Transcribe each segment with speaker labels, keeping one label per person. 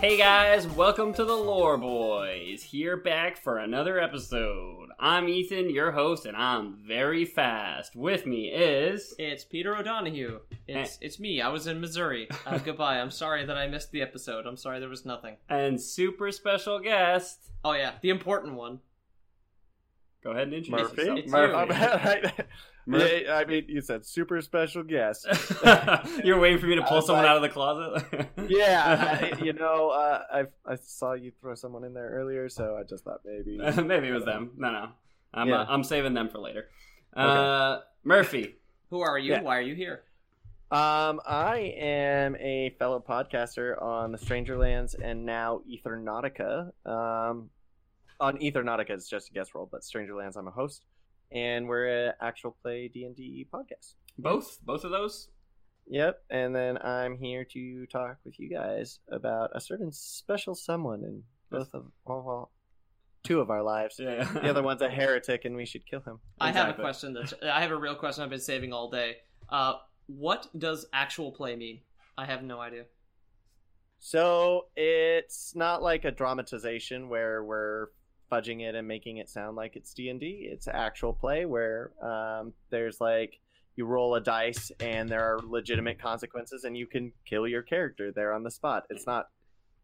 Speaker 1: Hey guys, welcome to the Lore Boys. Here back for another episode. I'm Ethan, your host, and I'm very fast. With me is
Speaker 2: It's Peter O'Donohue. It's it's me. I was in Missouri. Uh, goodbye. I'm sorry that I missed the episode. I'm sorry there was nothing.
Speaker 1: and super special guest.
Speaker 2: Oh yeah, the important one.
Speaker 1: Go ahead and introduce
Speaker 2: Murphy?
Speaker 1: yourself.
Speaker 2: It's
Speaker 3: Murph,
Speaker 2: you.
Speaker 3: I'm- I,
Speaker 1: Murph?
Speaker 3: Yeah, I mean, you said super special guest.
Speaker 1: You're waiting for me to
Speaker 3: I
Speaker 1: pull
Speaker 3: was
Speaker 1: someone
Speaker 3: like-
Speaker 1: out of the closet.
Speaker 3: yeah, I, you know, uh, I I saw you throw someone in there earlier, so I just thought maybe.
Speaker 1: maybe it was them. No, no, I'm
Speaker 3: Yeah.
Speaker 1: uh, I'm saving them for later. Uh, Murphy,
Speaker 2: Who are you?
Speaker 3: Yeah.
Speaker 2: Why are you here?
Speaker 3: Um, I am a fellow podcaster on the Stranger Lands and now Ethernautica. Um, on Ethernautica, it's just a guest role, but Stranger Lands, I'm a host, and we're an actual play D and D podcast.
Speaker 1: both both of those.
Speaker 3: Yep, and then I'm here to talk with you guys about a certain special someone in both of well, well two of our lives.
Speaker 1: Yeah.
Speaker 3: The other one's a heretic, and we should kill him.
Speaker 2: I have a
Speaker 1: Exactly.
Speaker 2: question. That's I have a real question. I've been saving all day. Uh, what does actual play mean? I have no idea.
Speaker 3: So it's not like a dramatization where we're fudging it and making it sound like it's D and D. It's actual play where um, there's like you roll a dice and there are legitimate consequences, and you can kill your character there on the spot. It's not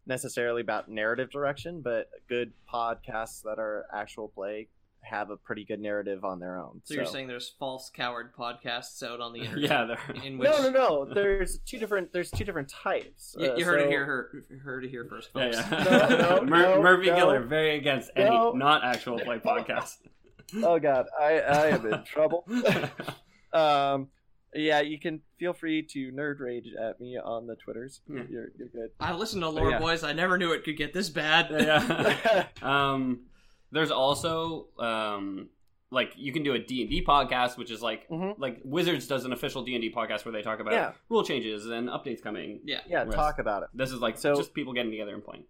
Speaker 3: necessarily about narrative direction, but good podcasts that are actual play have a pretty good narrative on their own.
Speaker 2: So, you're saying there's false coward podcasts out on the internet?
Speaker 1: yeah, they're-
Speaker 2: In which
Speaker 3: no, no, no. There's two different. There's two different types.
Speaker 2: You,
Speaker 3: Uh,
Speaker 2: you heard
Speaker 3: so-
Speaker 2: it here. Heard, heard it here first,
Speaker 1: Yeah,
Speaker 2: folks.
Speaker 1: yeah.
Speaker 3: No, no,
Speaker 1: Mur-
Speaker 3: no,
Speaker 1: Murphy
Speaker 3: no.
Speaker 1: Giller, very against any
Speaker 3: No.
Speaker 1: not actual play podcast.
Speaker 3: Oh God, I, I am in trouble. Um, yeah, you can feel free to nerd rage at me on the twitters.
Speaker 1: Yeah.
Speaker 3: You're, you're good.
Speaker 2: I listened to Lore
Speaker 3: Yeah.
Speaker 2: Boys. I never knew it could get this bad.
Speaker 1: yeah. Um, there's also um, like you can do a D and D podcast, which is like
Speaker 3: Mhm.
Speaker 1: like Wizards does an official D and D podcast where they talk about
Speaker 3: Yeah.
Speaker 1: rule changes and updates coming.
Speaker 2: Yeah.
Speaker 3: Yeah,
Speaker 1: Rest.
Speaker 3: talk about it.
Speaker 1: This is like
Speaker 3: So-
Speaker 1: just people getting together and playing.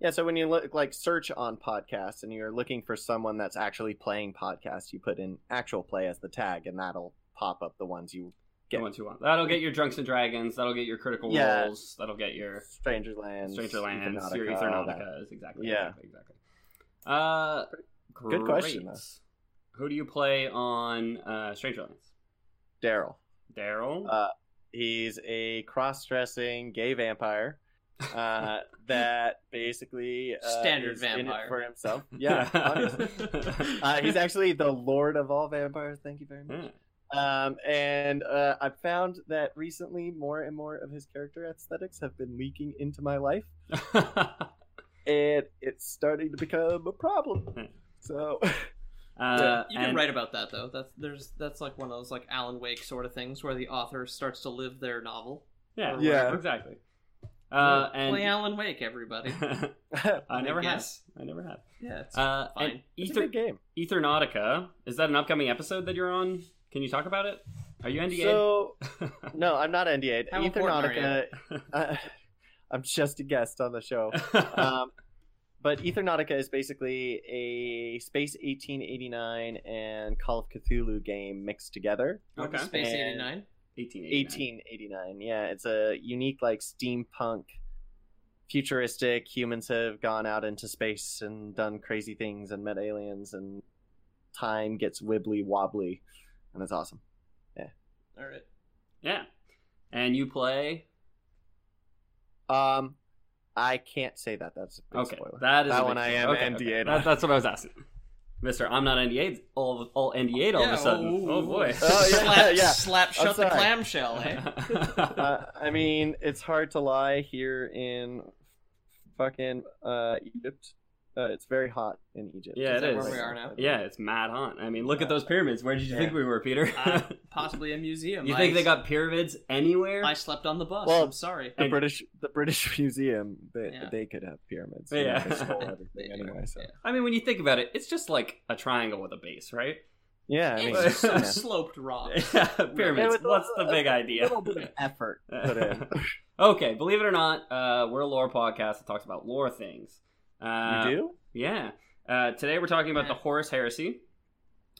Speaker 3: Yeah, so when you look like search on podcasts and you're looking for someone that's actually playing podcasts, you put in actual play as the tag, and that'll pop up the ones you
Speaker 1: The
Speaker 3: Yeah.
Speaker 1: ones who want. That'll get your drunks and dragons. That'll get your critical
Speaker 3: Yeah.
Speaker 1: roles. That'll get your
Speaker 3: Stranger Lands,
Speaker 1: Stranger Lands, your
Speaker 3: Ethernautica, all that.
Speaker 1: Ethernauticas, exactly.
Speaker 3: Yeah.
Speaker 1: exactly, exactly. Uh,
Speaker 3: Good question,
Speaker 1: great.
Speaker 3: though.
Speaker 1: Who do you play on uh, Stranger Lands?
Speaker 3: Daryl.
Speaker 1: Daryl.
Speaker 3: Uh, He's a cross-dressing gay vampire uh, that basically uh,
Speaker 2: Standard
Speaker 3: is in it
Speaker 2: vampire.
Speaker 3: for himself. Yeah, obviously. Uh, he's actually the lord of all vampires. Thank you very much.
Speaker 1: Yeah.
Speaker 3: Um, and uh, I've found that recently more and more of his character aesthetics have been leaking into my life,
Speaker 1: Uh,
Speaker 3: and it's starting to become a
Speaker 1: Hmm.
Speaker 3: problem. So,
Speaker 1: uh,
Speaker 2: You can
Speaker 1: and-
Speaker 2: write about that though. That's there's that's like one of those like Alan Wake sort of things where the author starts to live their novel.
Speaker 1: Yeah,
Speaker 3: Yeah.
Speaker 1: whatever, exactly. Uh,
Speaker 2: Play
Speaker 1: and
Speaker 2: Alan Wake, everybody.
Speaker 1: I never have.
Speaker 2: guess.
Speaker 1: I never have.
Speaker 2: Yeah, it's
Speaker 1: Uh, and
Speaker 2: fine.
Speaker 3: it's a
Speaker 1: Ether-
Speaker 3: good game.
Speaker 1: Ethernautica is that an upcoming episode that you're on? Can you talk about it? Are you NDA?
Speaker 3: So, no, I'm not NDA.
Speaker 2: How important
Speaker 3: Ethernautica. Uh, I'm just a guest on the show. um, but Ethernautica is basically a Space 1889 and Call of Cthulhu game mixed together.
Speaker 2: Welcome to
Speaker 1: okay.
Speaker 2: Space
Speaker 3: And-
Speaker 2: eighty nine.
Speaker 1: 1889.
Speaker 3: 1889. Yeah, it's a unique, like, steampunk, futuristic. Humans have gone out into space and done crazy things and met aliens, and time gets wibbly wobbly, and it's awesome.
Speaker 2: All right.
Speaker 1: Yeah. And you play.
Speaker 3: Um, I can't say that. That's a big
Speaker 1: Okay.
Speaker 3: spoiler.
Speaker 1: That is
Speaker 3: That
Speaker 1: a big
Speaker 3: one I
Speaker 1: spoiler.
Speaker 3: am
Speaker 1: okay,
Speaker 3: NDA.
Speaker 1: okay. That- that's what I was asking. Mister, I'm not NDA all all NDA all of
Speaker 2: Yeah,
Speaker 1: a sudden.
Speaker 2: ooh.
Speaker 1: Oh boy.
Speaker 3: Oh, yeah,
Speaker 2: slap,
Speaker 3: yeah.
Speaker 2: slap
Speaker 3: I'm
Speaker 2: shut the
Speaker 3: sorry.
Speaker 2: clamshell, eh?
Speaker 3: uh, I mean, it's hard to lie here in fucking uh, Egypt. Uh, it's very hot in Egypt.
Speaker 1: Yeah,
Speaker 2: Is
Speaker 1: it
Speaker 2: that
Speaker 1: is.
Speaker 2: where we are now?
Speaker 1: Yeah, it's mad hot. I mean, look at those pyramids. Where did you think we were, Peter?
Speaker 2: Uh, possibly a museum.
Speaker 1: you
Speaker 2: I-
Speaker 1: think they got pyramids anywhere?
Speaker 2: I slept on the bus.
Speaker 3: Well,
Speaker 2: I'm sorry.
Speaker 3: The
Speaker 1: And-
Speaker 3: British, the British Museum, they,
Speaker 2: Yeah.
Speaker 3: they could have pyramids.
Speaker 1: Yeah.
Speaker 3: they stole
Speaker 2: They
Speaker 3: everything
Speaker 2: do,
Speaker 3: anyway. So.
Speaker 2: yeah.
Speaker 1: I mean, when you think about it, it's just like a triangle with a base, right?
Speaker 3: Yeah, I mean,
Speaker 2: It's just some
Speaker 3: yeah.
Speaker 2: sloped rock.
Speaker 3: Yeah,
Speaker 1: pyramids.
Speaker 3: with a-
Speaker 1: What's the big
Speaker 3: a
Speaker 1: idea?
Speaker 3: little bit of effort put in.
Speaker 1: okay, believe it or not, uh, we're a lore podcast that talks about lore things. Uh,
Speaker 3: you do?
Speaker 1: Yeah. Uh, today we're talking about the
Speaker 2: Yeah.
Speaker 1: Horus heresy,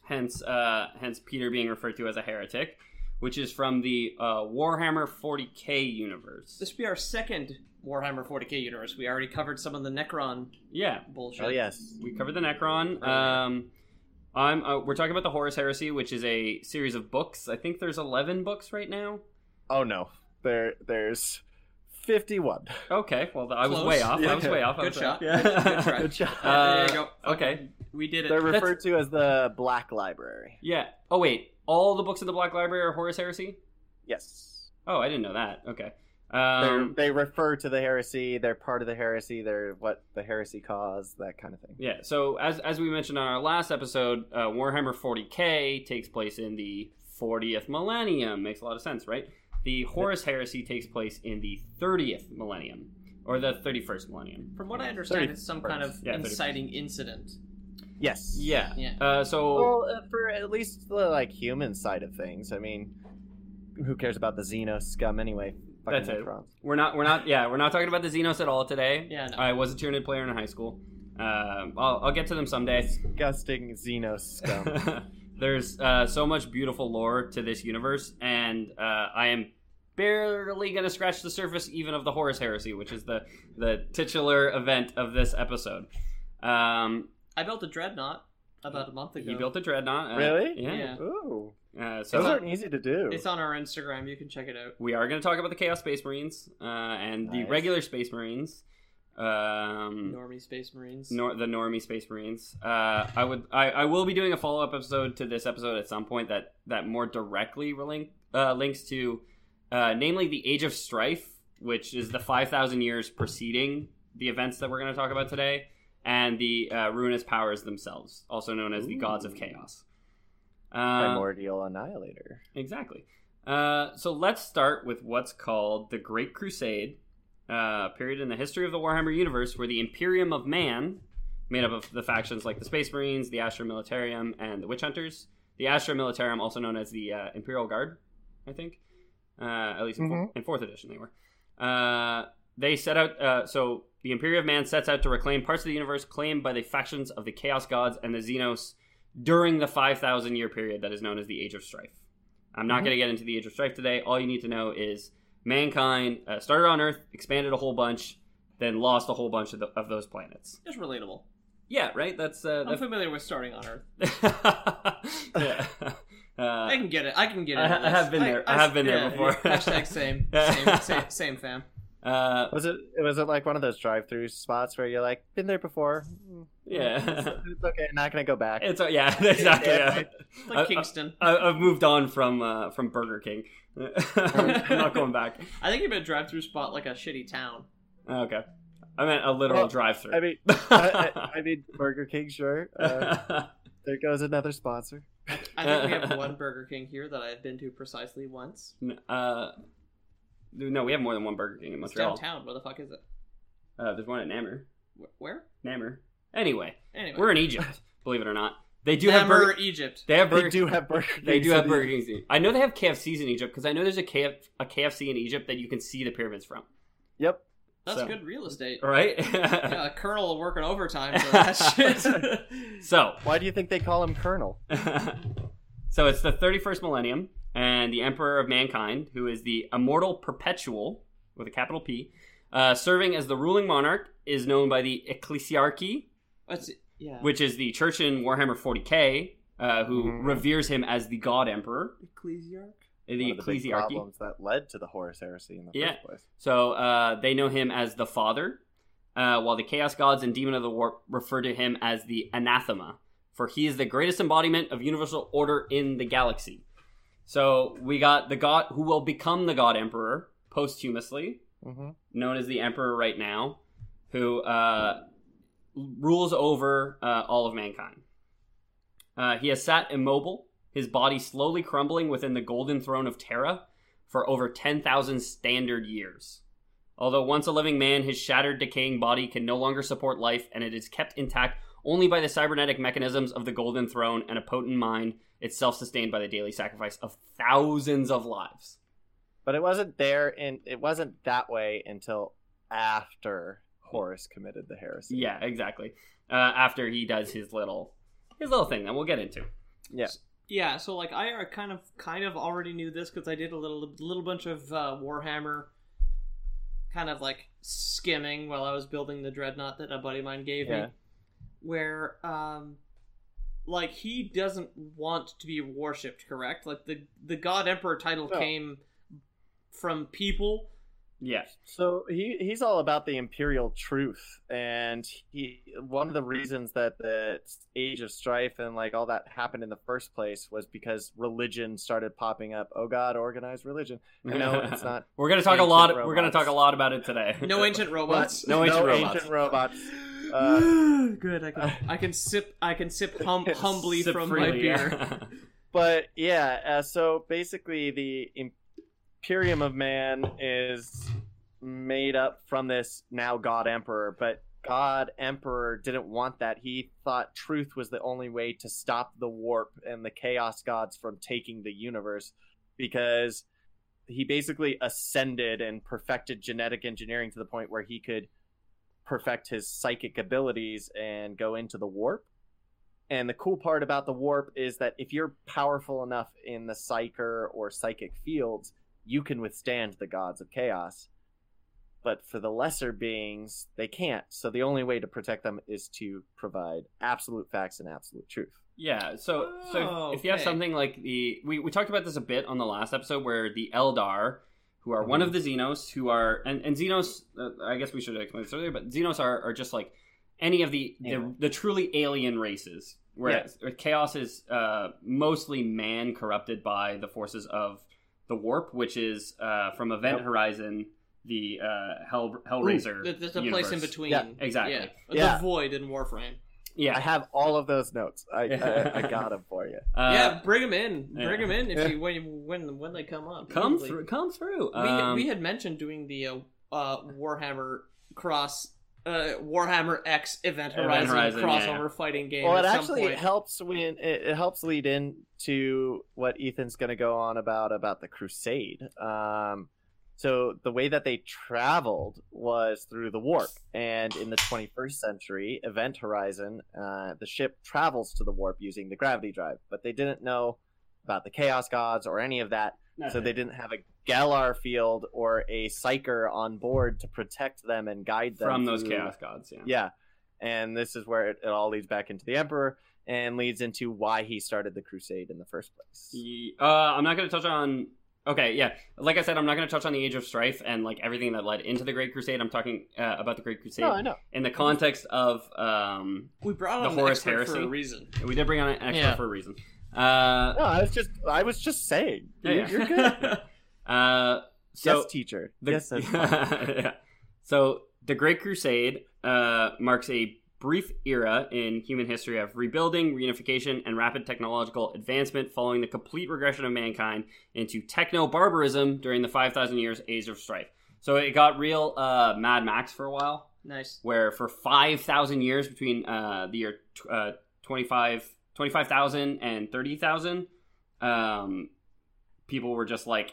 Speaker 1: hence uh, hence Peter being referred to as a heretic, which is from the uh, Warhammer 40k universe.
Speaker 2: This will be our second Warhammer 40k universe. We already covered some of the Necron
Speaker 1: yeah,
Speaker 2: bullshit.
Speaker 3: Oh yes.
Speaker 1: we covered the Necron.
Speaker 2: Right.
Speaker 1: Um, I'm, uh, we're talking about the Horus heresy, which is a series of books. I think there's 11 books right now.
Speaker 3: Oh no. There, there's fifty-one.
Speaker 1: Okay, well I was
Speaker 2: Close.
Speaker 1: way off. I
Speaker 3: Yeah.
Speaker 1: was way off. I
Speaker 2: Good
Speaker 1: was way
Speaker 2: shot.
Speaker 1: off. Yeah.
Speaker 2: Good try.
Speaker 3: Good job.
Speaker 1: Uh,
Speaker 2: there you go.
Speaker 1: okay.
Speaker 2: We did it.
Speaker 3: They're
Speaker 1: that's-
Speaker 3: referred to as the Black Library.
Speaker 1: Yeah. Oh wait, all the books in the Black Library are Horus heresy.
Speaker 3: Yes.
Speaker 1: Oh, I didn't know that. Okay.
Speaker 3: They're
Speaker 1: Um,
Speaker 3: they refer to the heresy. They're part of the heresy. They're what the heresy caused. That kind of thing.
Speaker 1: Yeah, so as as we mentioned on our last episode, uh, Warhammer 40K takes place in the 40th millennium. Makes a lot of sense, right? The Horus Heresy takes place in the 30th millennium or the 31st millennium.
Speaker 2: From what I understand,
Speaker 3: Thirty
Speaker 2: it's some kind of
Speaker 3: first.
Speaker 1: Yeah, thirty
Speaker 2: inciting incident.
Speaker 3: Yes.
Speaker 1: Yeah.
Speaker 2: Yeah.
Speaker 1: Uh, so
Speaker 3: Well, uh, for at least the like human side of things. I mean, who cares about the Xeno scum anyway? Fucking
Speaker 1: That's it.
Speaker 3: Necrons.
Speaker 1: we're not we're not yeah we're not talking about the Xenos at all today.
Speaker 2: Yeah, no.
Speaker 1: I was a Tyranid player in high school. Um, I'll, I'll get to them someday.
Speaker 3: Disgusting Xeno scum.
Speaker 1: There's uh, so much beautiful lore to this universe, and uh, I am barely going to scratch the surface even of the Horus Heresy, which is the, the titular event of this episode. Um,
Speaker 2: I built a dreadnought about a month ago.
Speaker 1: he built a dreadnought. uh,
Speaker 3: Really?
Speaker 1: Yeah.
Speaker 3: Ooh,
Speaker 1: Uh,
Speaker 3: those
Speaker 1: so
Speaker 3: aren't easy to do.
Speaker 2: It's on our Instagram. You can check it out.
Speaker 1: we are going to talk about the Chaos Space Marines uh, and the
Speaker 3: Nice.
Speaker 1: regular Space Marines. Um,
Speaker 2: Normie Space Marines.
Speaker 1: Nor- the normie space marines. Uh, I would, I, I will be doing a follow up episode to this episode at some point that that more directly relink, uh, links to, uh, namely the Age of Strife, which is the five thousand years preceding the events that we're going to talk about today, and the uh, ruinous powers themselves, also known as the
Speaker 3: Ooh.
Speaker 1: gods of chaos. Uh,
Speaker 3: Primordial Annihilator.
Speaker 1: exactly. Uh, so let's start with what's called the Great Crusade, uh, period in the history of the Warhammer universe where the Imperium of Man, made up of the factions like the Space Marines, the Astra Militarium, and the Witch Hunters, the Astra Militarium, also known as the uh, Imperial Guard, I think, uh, at least in, four- in fourth edition they were. Uh, they set out, uh, so the Imperium of Man sets out to reclaim parts of the universe claimed by the factions of the Chaos Gods and the Xenos during the 5,000 year period that is known as the Age of Strife. I'm not
Speaker 2: Mm-hmm.
Speaker 3: Mhm.
Speaker 1: going to get into the Age of Strife today. All you need to know is mankind uh, started on Earth, expanded a whole bunch, then lost a whole bunch of, the, of those planets.
Speaker 2: It's relatable.
Speaker 1: Yeah, right. That's uh,
Speaker 2: I'm familiar with starting on Earth.
Speaker 1: that's... yeah.
Speaker 2: I
Speaker 1: Uh,
Speaker 2: can get it. I can get it.
Speaker 1: I- I have been there. I have been there before.
Speaker 2: Hashtag same. Same, same, same fam.
Speaker 1: uh,
Speaker 3: Was it? Was it like one of those drive-through spots where you're like, been there before? Mm,
Speaker 1: yeah,
Speaker 3: It's okay. Not gonna go back.
Speaker 1: it's uh, yeah, exactly. Yeah.
Speaker 2: It's
Speaker 1: I- uh,
Speaker 2: like
Speaker 1: I-
Speaker 2: Kingston.
Speaker 1: I, I've moved on from uh, from Burger King. I'm not going back.
Speaker 2: I think you meant drive through spot like a shitty town.
Speaker 1: Okay, I meant a literal
Speaker 3: Well,
Speaker 1: drive-through.
Speaker 3: I mean, I, I, I mean Burger King. Sure. Uh, there goes another sponsor.
Speaker 2: I think we have one Burger King here that I've been to precisely once.
Speaker 1: uh, no, we have more than one Burger King in
Speaker 2: It's
Speaker 1: Montreal.
Speaker 2: downtown. Where the fuck is it?
Speaker 1: Uh, there's one at Namur.
Speaker 2: Wh- Where?
Speaker 1: Namur. Anyway,
Speaker 2: Anyway,
Speaker 1: we're in Egypt. Believe it or not, they do have
Speaker 2: Namur,
Speaker 1: Burger.
Speaker 2: Egypt.
Speaker 1: They have Burger.
Speaker 3: They do have Burger. King.
Speaker 1: They do have Burger Kings. in- I know they have KFCs in Egypt because I know there's a, KF, a KFC in Egypt that you can see the pyramids from.
Speaker 3: Yep.
Speaker 2: That's
Speaker 1: So-
Speaker 2: good real estate.
Speaker 1: Right?
Speaker 2: Yeah, Colonel working overtime for that shit.
Speaker 1: so,
Speaker 3: Why do you think they call him Colonel?
Speaker 1: so it's the 31st millennium, and the Emperor of Mankind, who is the immortal perpetual with a capital P, uh, serving as the ruling monarch, is known by the Ecclesiarchy,
Speaker 2: What's it? Yeah.
Speaker 1: which is the church in Warhammer 40k, uh, who
Speaker 3: Mhm.
Speaker 1: reveres him as the God Emperor,
Speaker 2: Ecclesiarch?
Speaker 1: the
Speaker 3: One of the big
Speaker 1: Ecclesiarchy.
Speaker 3: problems that led to the Horus heresy in the
Speaker 1: Yeah.
Speaker 3: first place.
Speaker 1: So uh, they know him as the Father, uh, while the Chaos Gods and Demon of the Warp refer to him as the Anathema, for he is the greatest embodiment of universal order in the galaxy. So we got the god who will become the god emperor posthumously,
Speaker 3: hmm
Speaker 1: known as the emperor right now, who uh, rules over uh, all of mankind. Uh, he has sat immobile, his body slowly crumbling within the golden throne of Terra for over 10,000 standard years. Although once a living man, his shattered, decaying body can no longer support life, and it is kept intact only by the cybernetic mechanisms of the Golden Throne and a potent mind, itself sustained by the daily sacrifice of thousands of lives.
Speaker 3: But it wasn't there, and it wasn't that way until after Horus committed the heresy.
Speaker 1: Yeah, exactly. Uh, after he does his little, his little thing that we'll get into.
Speaker 3: Yeah.
Speaker 2: Yeah, so like I are- kind of kind of already knew this because I did a little little bunch of uh, Warhammer kind of like skimming while I was building the dreadnought that a buddy of mine gave
Speaker 3: Yeah.
Speaker 2: me, where um like he doesn't want to be worshipped, correct? Like the the God Emperor title
Speaker 3: No.
Speaker 2: came from people.
Speaker 1: Yeah,
Speaker 3: So he he's all about the imperial truth, and he one of the reasons that the Age of Strife and like all that happened in the first place was because religion started popping up. Oh God, organized religion. No, it's not.
Speaker 1: We're gonna talk a
Speaker 3: Ancient
Speaker 1: lot. We're gonna
Speaker 3: robots.
Speaker 1: talk a lot about it today.
Speaker 2: No ancient robots.
Speaker 1: No ancient robots.
Speaker 3: ancient robots. Uh,
Speaker 2: Good. I can I can sip I can sip hum,
Speaker 3: Sip
Speaker 2: humbly
Speaker 1: Sip
Speaker 2: from my
Speaker 1: freely,
Speaker 2: beer.
Speaker 1: yeah.
Speaker 3: but yeah, uh, so basically the Imperium of Man is made up from this now God Emperor, but God Emperor didn't want that. He thought truth was the only way to stop the warp and the chaos gods from taking the universe because he basically ascended and perfected genetic engineering to the point where he could perfect his psychic abilities and go into the warp. And the cool part about the warp is that if you're powerful enough in the psyker or psychic fields, you can withstand the gods of chaos. But for the lesser beings, they can't. So the only way to protect them is to provide absolute facts and absolute truth.
Speaker 1: Yeah, so so
Speaker 2: Oh,
Speaker 1: if, if you have
Speaker 2: okay.
Speaker 1: something like the we, we talked about this a bit on the last episode where the Eldar, who are one of
Speaker 2: Mm-hmm.
Speaker 1: the Xenos, who are and and Xenos, uh, I guess we should have explained this earlier, but Xenos are, are just like any of the the,
Speaker 3: Alien.
Speaker 1: the truly alien races, whereas where chaos is uh, mostly man corrupted by the forces of the warp, which is uh, from Event
Speaker 3: Yep.
Speaker 1: Horizon, the uh, Hell Hellraiser.
Speaker 2: That- That's a
Speaker 1: universe.
Speaker 2: place in between.
Speaker 3: Yeah,
Speaker 1: exactly.
Speaker 2: Yeah.
Speaker 3: Yeah.
Speaker 2: The void in Warframe.
Speaker 1: Yeah,
Speaker 3: I have all of those notes. I, I, I got them for you.
Speaker 1: uh,
Speaker 2: yeah, bring them in.
Speaker 1: yeah.
Speaker 2: Bring them in if
Speaker 3: Yeah.
Speaker 2: you when when when they come up.
Speaker 1: Come
Speaker 2: Like,
Speaker 1: through, come through.
Speaker 2: We,
Speaker 1: Um,
Speaker 2: we had mentioned doing the uh, uh, Warhammer cross uh, Warhammer X Event
Speaker 1: Event
Speaker 2: Horizon,
Speaker 1: Horizon,
Speaker 2: crossover
Speaker 1: yeah.
Speaker 2: fighting game.
Speaker 3: Well,
Speaker 2: at
Speaker 3: it
Speaker 2: some
Speaker 3: actually
Speaker 2: point.
Speaker 3: helps when it, it helps lead into what Ethan's going to go on about about the crusade. Um, so the way that they traveled was through the warp, and in the 21st century, Event Horizon, uh, the ship travels to the warp using the gravity drive, but they didn't know about the Chaos Gods or any of that, so they didn't have a Galar field or a psyker on board to protect them and guide them
Speaker 1: from those
Speaker 3: through
Speaker 1: chaos gods. Yeah.
Speaker 3: yeah. And this is where it, it all leads back into the Emperor and leads into why he started the crusade in the first place.
Speaker 1: Ye- Uh, I'm not going to touch on. Okay, yeah. Like I said, I'm not going to touch on the Age of Strife and like everything that led into the Great Crusade. I'm talking uh, about the Great Crusade
Speaker 3: know.
Speaker 1: in the context of. Um,
Speaker 2: We brought on
Speaker 1: the
Speaker 2: an
Speaker 1: Horus
Speaker 2: expert for
Speaker 1: Heresy.
Speaker 2: a reason.
Speaker 1: we did bring on an expert
Speaker 2: Yeah.
Speaker 1: for a reason. Uh,
Speaker 3: No, I was just I was just saying.
Speaker 1: yeah,
Speaker 3: You-
Speaker 1: yeah.
Speaker 3: You're good.
Speaker 1: uh, so
Speaker 3: yes, teacher.
Speaker 1: The,
Speaker 3: yes, that's fine.
Speaker 1: yeah. So the Great Crusade uh, marks a brief era in human history of rebuilding, reunification, and rapid technological advancement following the complete regression of mankind into techno barbarism during the 5,000 years Age of Strife. So it got real uh, Mad Max for a while,
Speaker 2: Nice.
Speaker 1: where for 5,000 years between uh, the year tw- uh, 25 25,000 and 30,000 um people were just like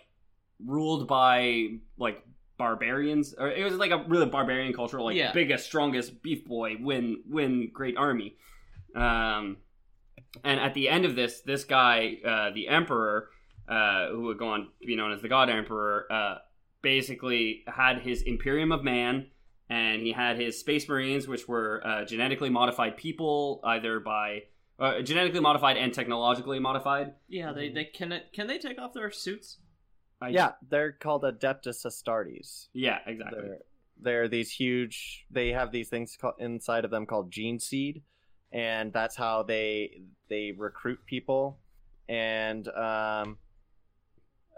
Speaker 1: ruled by like barbarians or it was like a really barbarian culture like
Speaker 2: Yeah.
Speaker 1: biggest strongest beef boy win win great army um and at the end of this this guy uh the emperor uh who would go on to be known as the god emperor uh basically had his imperium of man and he had his space marines which were uh, genetically modified people either by uh, genetically modified and technologically modified
Speaker 2: Yeah,
Speaker 1: Mm-hmm.
Speaker 2: they they can it- can they take off their suits?
Speaker 1: I,
Speaker 3: yeah, they're called Adeptus Astartes.
Speaker 1: yeah exactly
Speaker 3: They're, they're these huge they have these things called, inside of them called gene seed and that's how they they recruit people. And um,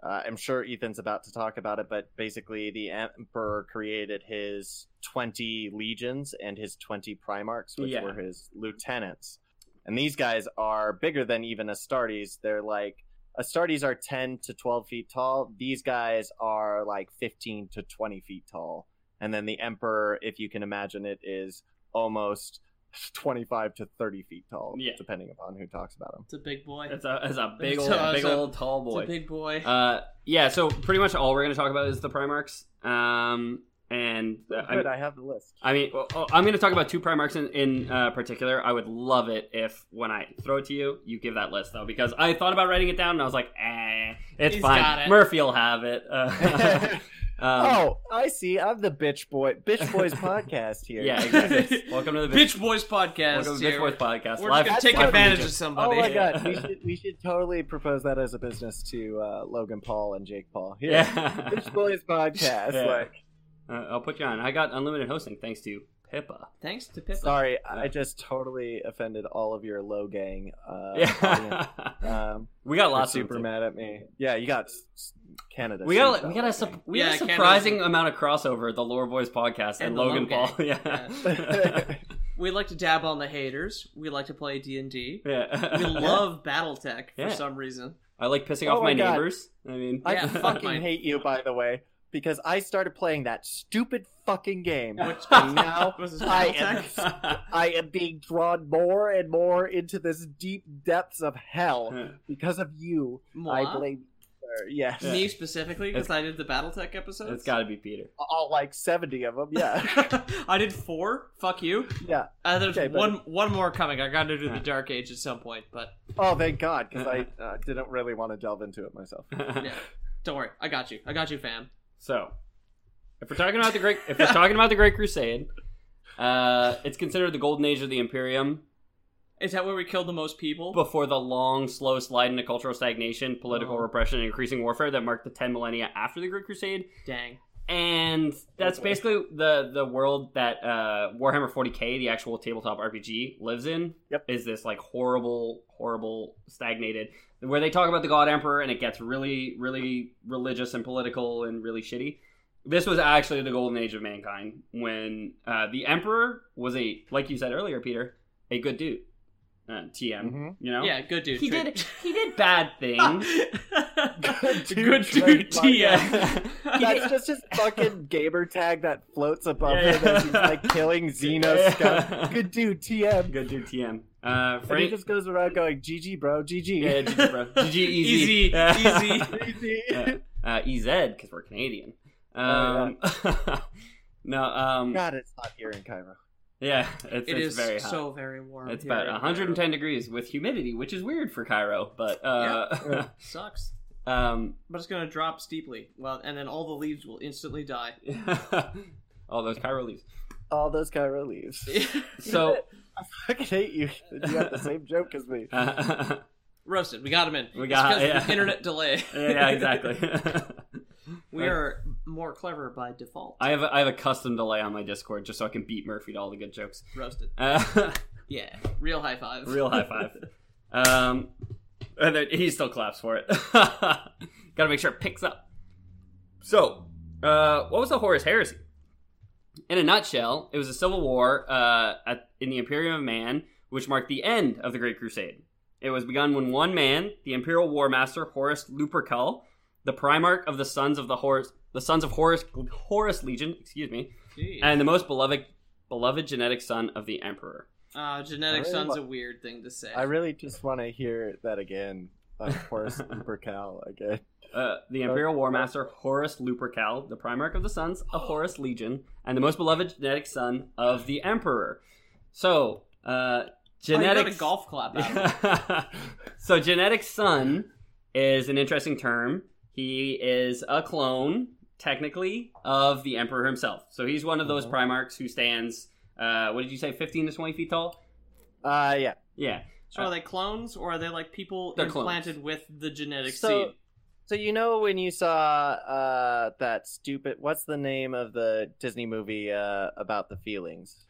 Speaker 3: uh, I'm sure Ethan's about to talk about it, but basically the emperor created his 20 legions and his 20 primarchs, which
Speaker 1: Yeah.
Speaker 3: were his lieutenants. And these guys are bigger than even Astartes. They're like Astartes are 10 to 12 feet tall. These guys are like 15 to 20 feet tall. And then the emperor, if you can imagine it, is almost 25 to 30 feet tall,
Speaker 1: Yeah.
Speaker 3: depending upon who talks about him.
Speaker 2: It's a big boy.
Speaker 1: That's a, that's a big
Speaker 2: It's
Speaker 1: old,
Speaker 2: a-
Speaker 1: big
Speaker 2: it's a-
Speaker 1: old tall
Speaker 2: It's
Speaker 1: boy.
Speaker 2: a big boy.
Speaker 1: Uh, yeah. So pretty much all we're gonna talk about is the Primarchs. Um, and uh,
Speaker 3: Good,
Speaker 1: I'm-
Speaker 3: I have the list.
Speaker 1: I mean, well, oh, I'm going to talk about two Primarchs in, in uh, particular. I would love it if when I throw it to you, you give that list though, because I thought about writing it down and I was like, eh, it's
Speaker 2: He's
Speaker 1: fine.
Speaker 2: got it.
Speaker 1: Murphy'll have it. Uh, um,
Speaker 3: oh, I see. I'm the bitch boy, bitch boys podcast here.
Speaker 1: yeah, exactly. Welcome to the bitch,
Speaker 2: Bitch Boys podcast.
Speaker 1: welcome to
Speaker 2: here.
Speaker 1: Bitch Boys podcast.
Speaker 2: We're
Speaker 1: live,
Speaker 2: just gonna take
Speaker 1: live from
Speaker 2: advantage
Speaker 1: Egypt.
Speaker 2: of
Speaker 3: Oh
Speaker 2: somebody.
Speaker 3: my
Speaker 1: Yeah.
Speaker 3: god, we should, we should totally propose that as a business to uh, Logan Paul and Jake Paul. Here, bitch
Speaker 1: Yeah,
Speaker 3: boys podcast.
Speaker 1: Yeah.
Speaker 3: Like,
Speaker 1: uh, I'll put you on. I got unlimited hosting thanks to Pippa.
Speaker 2: Thanks to Pippa.
Speaker 3: sorry, I just totally offended all of your low gang. Uh, audience.
Speaker 1: yeah,
Speaker 3: Um,
Speaker 1: we got
Speaker 3: they're
Speaker 1: lots of
Speaker 3: super
Speaker 1: them, too.
Speaker 3: mad at me. Yeah, you got s- s- Canada.
Speaker 1: We
Speaker 3: same
Speaker 1: got we
Speaker 3: stuff,
Speaker 1: got
Speaker 3: I
Speaker 1: a
Speaker 3: think.
Speaker 1: sup- we got a
Speaker 2: Yeah, Canada's-
Speaker 1: surprising amount of crossover at the Lore Boys podcast and,
Speaker 2: And the
Speaker 1: Logan
Speaker 2: Logan.
Speaker 1: Paul. Yeah.
Speaker 3: Yeah.
Speaker 2: We like to dab on the haters. We like to play D and D.
Speaker 1: Yeah.
Speaker 2: We love BattleTech for
Speaker 1: Yeah.
Speaker 2: some reason.
Speaker 1: I like pissing
Speaker 3: Oh
Speaker 1: off my,
Speaker 3: my God.
Speaker 1: neighbors. I mean,
Speaker 3: I
Speaker 2: Yeah, fuck
Speaker 3: fucking
Speaker 2: mine.
Speaker 3: hate you, by the way, because I started playing that stupid fucking game,
Speaker 2: Which
Speaker 3: and now
Speaker 2: was his
Speaker 3: I
Speaker 2: BattleTech.
Speaker 3: I am being drawn more and more into this deep depths of hell because of you. I
Speaker 2: Moi?
Speaker 3: blame you. sir. Yes.
Speaker 2: Me specifically because
Speaker 1: It's-
Speaker 2: I did the BattleTech episodes.
Speaker 1: it's got to be Peter.
Speaker 3: All like 70 of them. Yeah.
Speaker 2: I did four. Fuck you.
Speaker 3: yeah.
Speaker 2: Uh, there's
Speaker 3: Okay, but-
Speaker 2: one one more coming. I got to do the Dark Age at some point, but
Speaker 3: Oh, thank God, because I uh, didn't really want to delve into it myself.
Speaker 2: yeah. Don't worry, I got you. I got you, fam.
Speaker 1: So, if we're talking about the great, if we're talking about the Great Crusade, uh, it's considered the golden age of the Imperium
Speaker 2: Is that where we killed the most people?
Speaker 1: before the long, slow slide into cultural stagnation, political
Speaker 2: Oh.
Speaker 1: repression, and increasing warfare that marked the ten millennia after the Great Crusade.
Speaker 2: Dang.
Speaker 1: and that's
Speaker 3: Okay.
Speaker 1: basically the the world that uh, Warhammer 40k, the actual tabletop RPG, lives in.
Speaker 3: Yep.
Speaker 1: Is this like horrible, horrible, stagnated, where they talk about the God Emperor and it gets really, really religious and political and really shitty. This was actually the golden age of mankind when uh, the Emperor was a, like you said earlier, Peter, a good dude. Uh, TM,
Speaker 3: Mhm.
Speaker 1: you know,
Speaker 2: Yeah, good dude.
Speaker 1: he
Speaker 2: True.
Speaker 1: did he did bad things.
Speaker 2: good
Speaker 3: dude,
Speaker 2: dude,
Speaker 3: Trey
Speaker 2: TM.
Speaker 3: That's just his fucking gamer tag that floats above
Speaker 1: Yeah,
Speaker 3: him as he's
Speaker 1: yeah.
Speaker 3: like killing Xeno
Speaker 1: Yeah.
Speaker 3: stuff. Good dude, TM.
Speaker 1: Good dude, TM. Uh,
Speaker 3: And he
Speaker 1: Frank,
Speaker 3: just goes around going, GG, bro, GG.
Speaker 1: Yeah, GG, bro. GG, easy.
Speaker 2: Easy, easy. Oh,
Speaker 3: Easy.
Speaker 1: E Yeah. Uh, EZ, because we're Canadian. Um, no, um,
Speaker 3: God, it's hot here in Cairo.
Speaker 1: yeah, it's,
Speaker 2: It
Speaker 1: it's
Speaker 2: is
Speaker 1: very hot.
Speaker 2: so very warm.
Speaker 1: it's
Speaker 2: here
Speaker 1: about
Speaker 2: in
Speaker 1: 110
Speaker 2: Europe.
Speaker 1: degrees with humidity, which is weird for Cairo, but uh,
Speaker 2: Sucks.
Speaker 1: um,
Speaker 2: But it's gonna drop steeply. Well, and then all the leaves will instantly die.
Speaker 1: all those Cairo leaves.
Speaker 3: All those Cairo leaves.
Speaker 1: So
Speaker 3: I fucking hate you. You got the same joke as me.
Speaker 1: uh,
Speaker 2: Roasted. We got him in.
Speaker 1: We got-
Speaker 2: it's 'cause of
Speaker 1: yeah.
Speaker 2: the internet delay.
Speaker 1: yeah, exactly.
Speaker 2: we are more clever by default.
Speaker 1: I have a, I have a custom delay on my Discord just so I can beat Murphy to all the good jokes.
Speaker 2: Roasted.
Speaker 1: Uh,
Speaker 2: Yeah. Real high five.
Speaker 1: Real high five. Um, and then he still claps for it. Got to make sure it picks up. So, uh, what was the Horus Heresy? In a nutshell, it was a civil war uh, at, in the Imperium of Man, which marked the end of the Great Crusade. It was begun when one man, the Imperial War Master Horus Lupercal, the Primarch of the Sons of the Horus, the Sons of Horus Horus Legion, excuse me,
Speaker 2: Jeez.
Speaker 1: and the most beloved beloved genetic son of the Emperor.
Speaker 2: uh,
Speaker 3: I
Speaker 2: genetic
Speaker 3: really
Speaker 2: son's
Speaker 3: wa-
Speaker 2: a weird thing to say.
Speaker 3: I really just want to hear that again. Of course, Super Cal again.
Speaker 1: Uh, the Imperial War Master Horus Lupercal, the Primarch of the Sons of Horus Legion, and the most beloved genetic son of the Emperor. So, uh,
Speaker 2: Oh, you got
Speaker 1: genetic
Speaker 2: a golf clap out. of it.
Speaker 1: so genetic son is an interesting term. He is a clone, technically, of the Emperor himself. So he's one of those
Speaker 3: Mhm.
Speaker 1: Primarchs who stands. Uh, what did you say? Fifteen to twenty feet tall.
Speaker 3: Uh, yeah.
Speaker 1: Yeah.
Speaker 2: So are they clones or are they like people
Speaker 1: They're
Speaker 2: implanted with the genetic
Speaker 3: So-
Speaker 2: seed?
Speaker 3: So you know when you saw uh that stupid what's the name of the Disney movie uh about the feelings?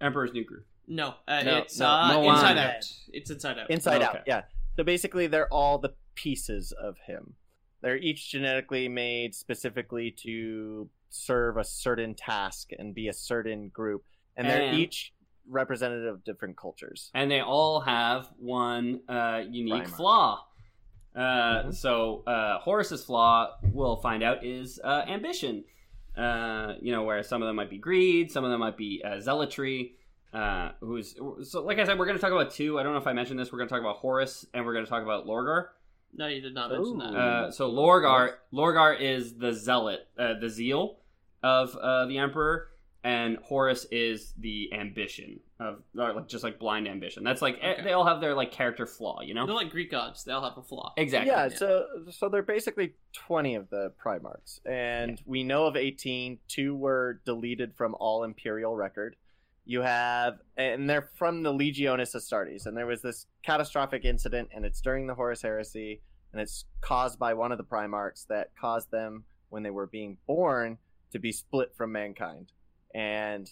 Speaker 1: Emperor's New Groove.
Speaker 2: No, uh,
Speaker 3: No,
Speaker 2: it's
Speaker 3: no,
Speaker 2: uh,
Speaker 1: Moana.
Speaker 2: Inside Out. It's Inside Out.
Speaker 3: Inside
Speaker 1: Okay.
Speaker 3: Out, yeah. So basically, they're all the pieces of him. They're each genetically made specifically to serve a certain task and be a certain group, and they're
Speaker 1: And-
Speaker 3: each representative of different cultures.
Speaker 1: and they all have one uh, unique
Speaker 3: Primer.
Speaker 1: flaw. Uh,
Speaker 3: Mhm.
Speaker 1: So uh, Horace's flaw, we'll find out, is uh, ambition. Uh, you know, where some of them might be greed, some of them might be uh, zealotry. Uh, who's so? Like I said, we're going to talk about two. I don't know if I mentioned this. We're going to talk about Horace, and we're going to talk about Lorgar.
Speaker 2: No, you did not mention
Speaker 3: Ooh.
Speaker 2: that.
Speaker 1: Uh, so Lorgar, Lorgar is the zealot, uh, the zeal of uh, the emperor, and Horus is the ambition of, or like just like blind ambition. That's like eh,
Speaker 2: Okay.
Speaker 1: they all have their like character flaw, you know.
Speaker 2: They're like Greek gods. They all have a flaw.
Speaker 1: Exactly.
Speaker 3: Yeah, so so they're basically twenty of the Primarchs, and we know of eighteen. Two were deleted from all Imperial record. You have, and they're from the Legionis Astartes, and there was this catastrophic incident, and it's during the Horus Heresy, and it's caused by one of the Primarchs that caused them when they were being born to be split from mankind, and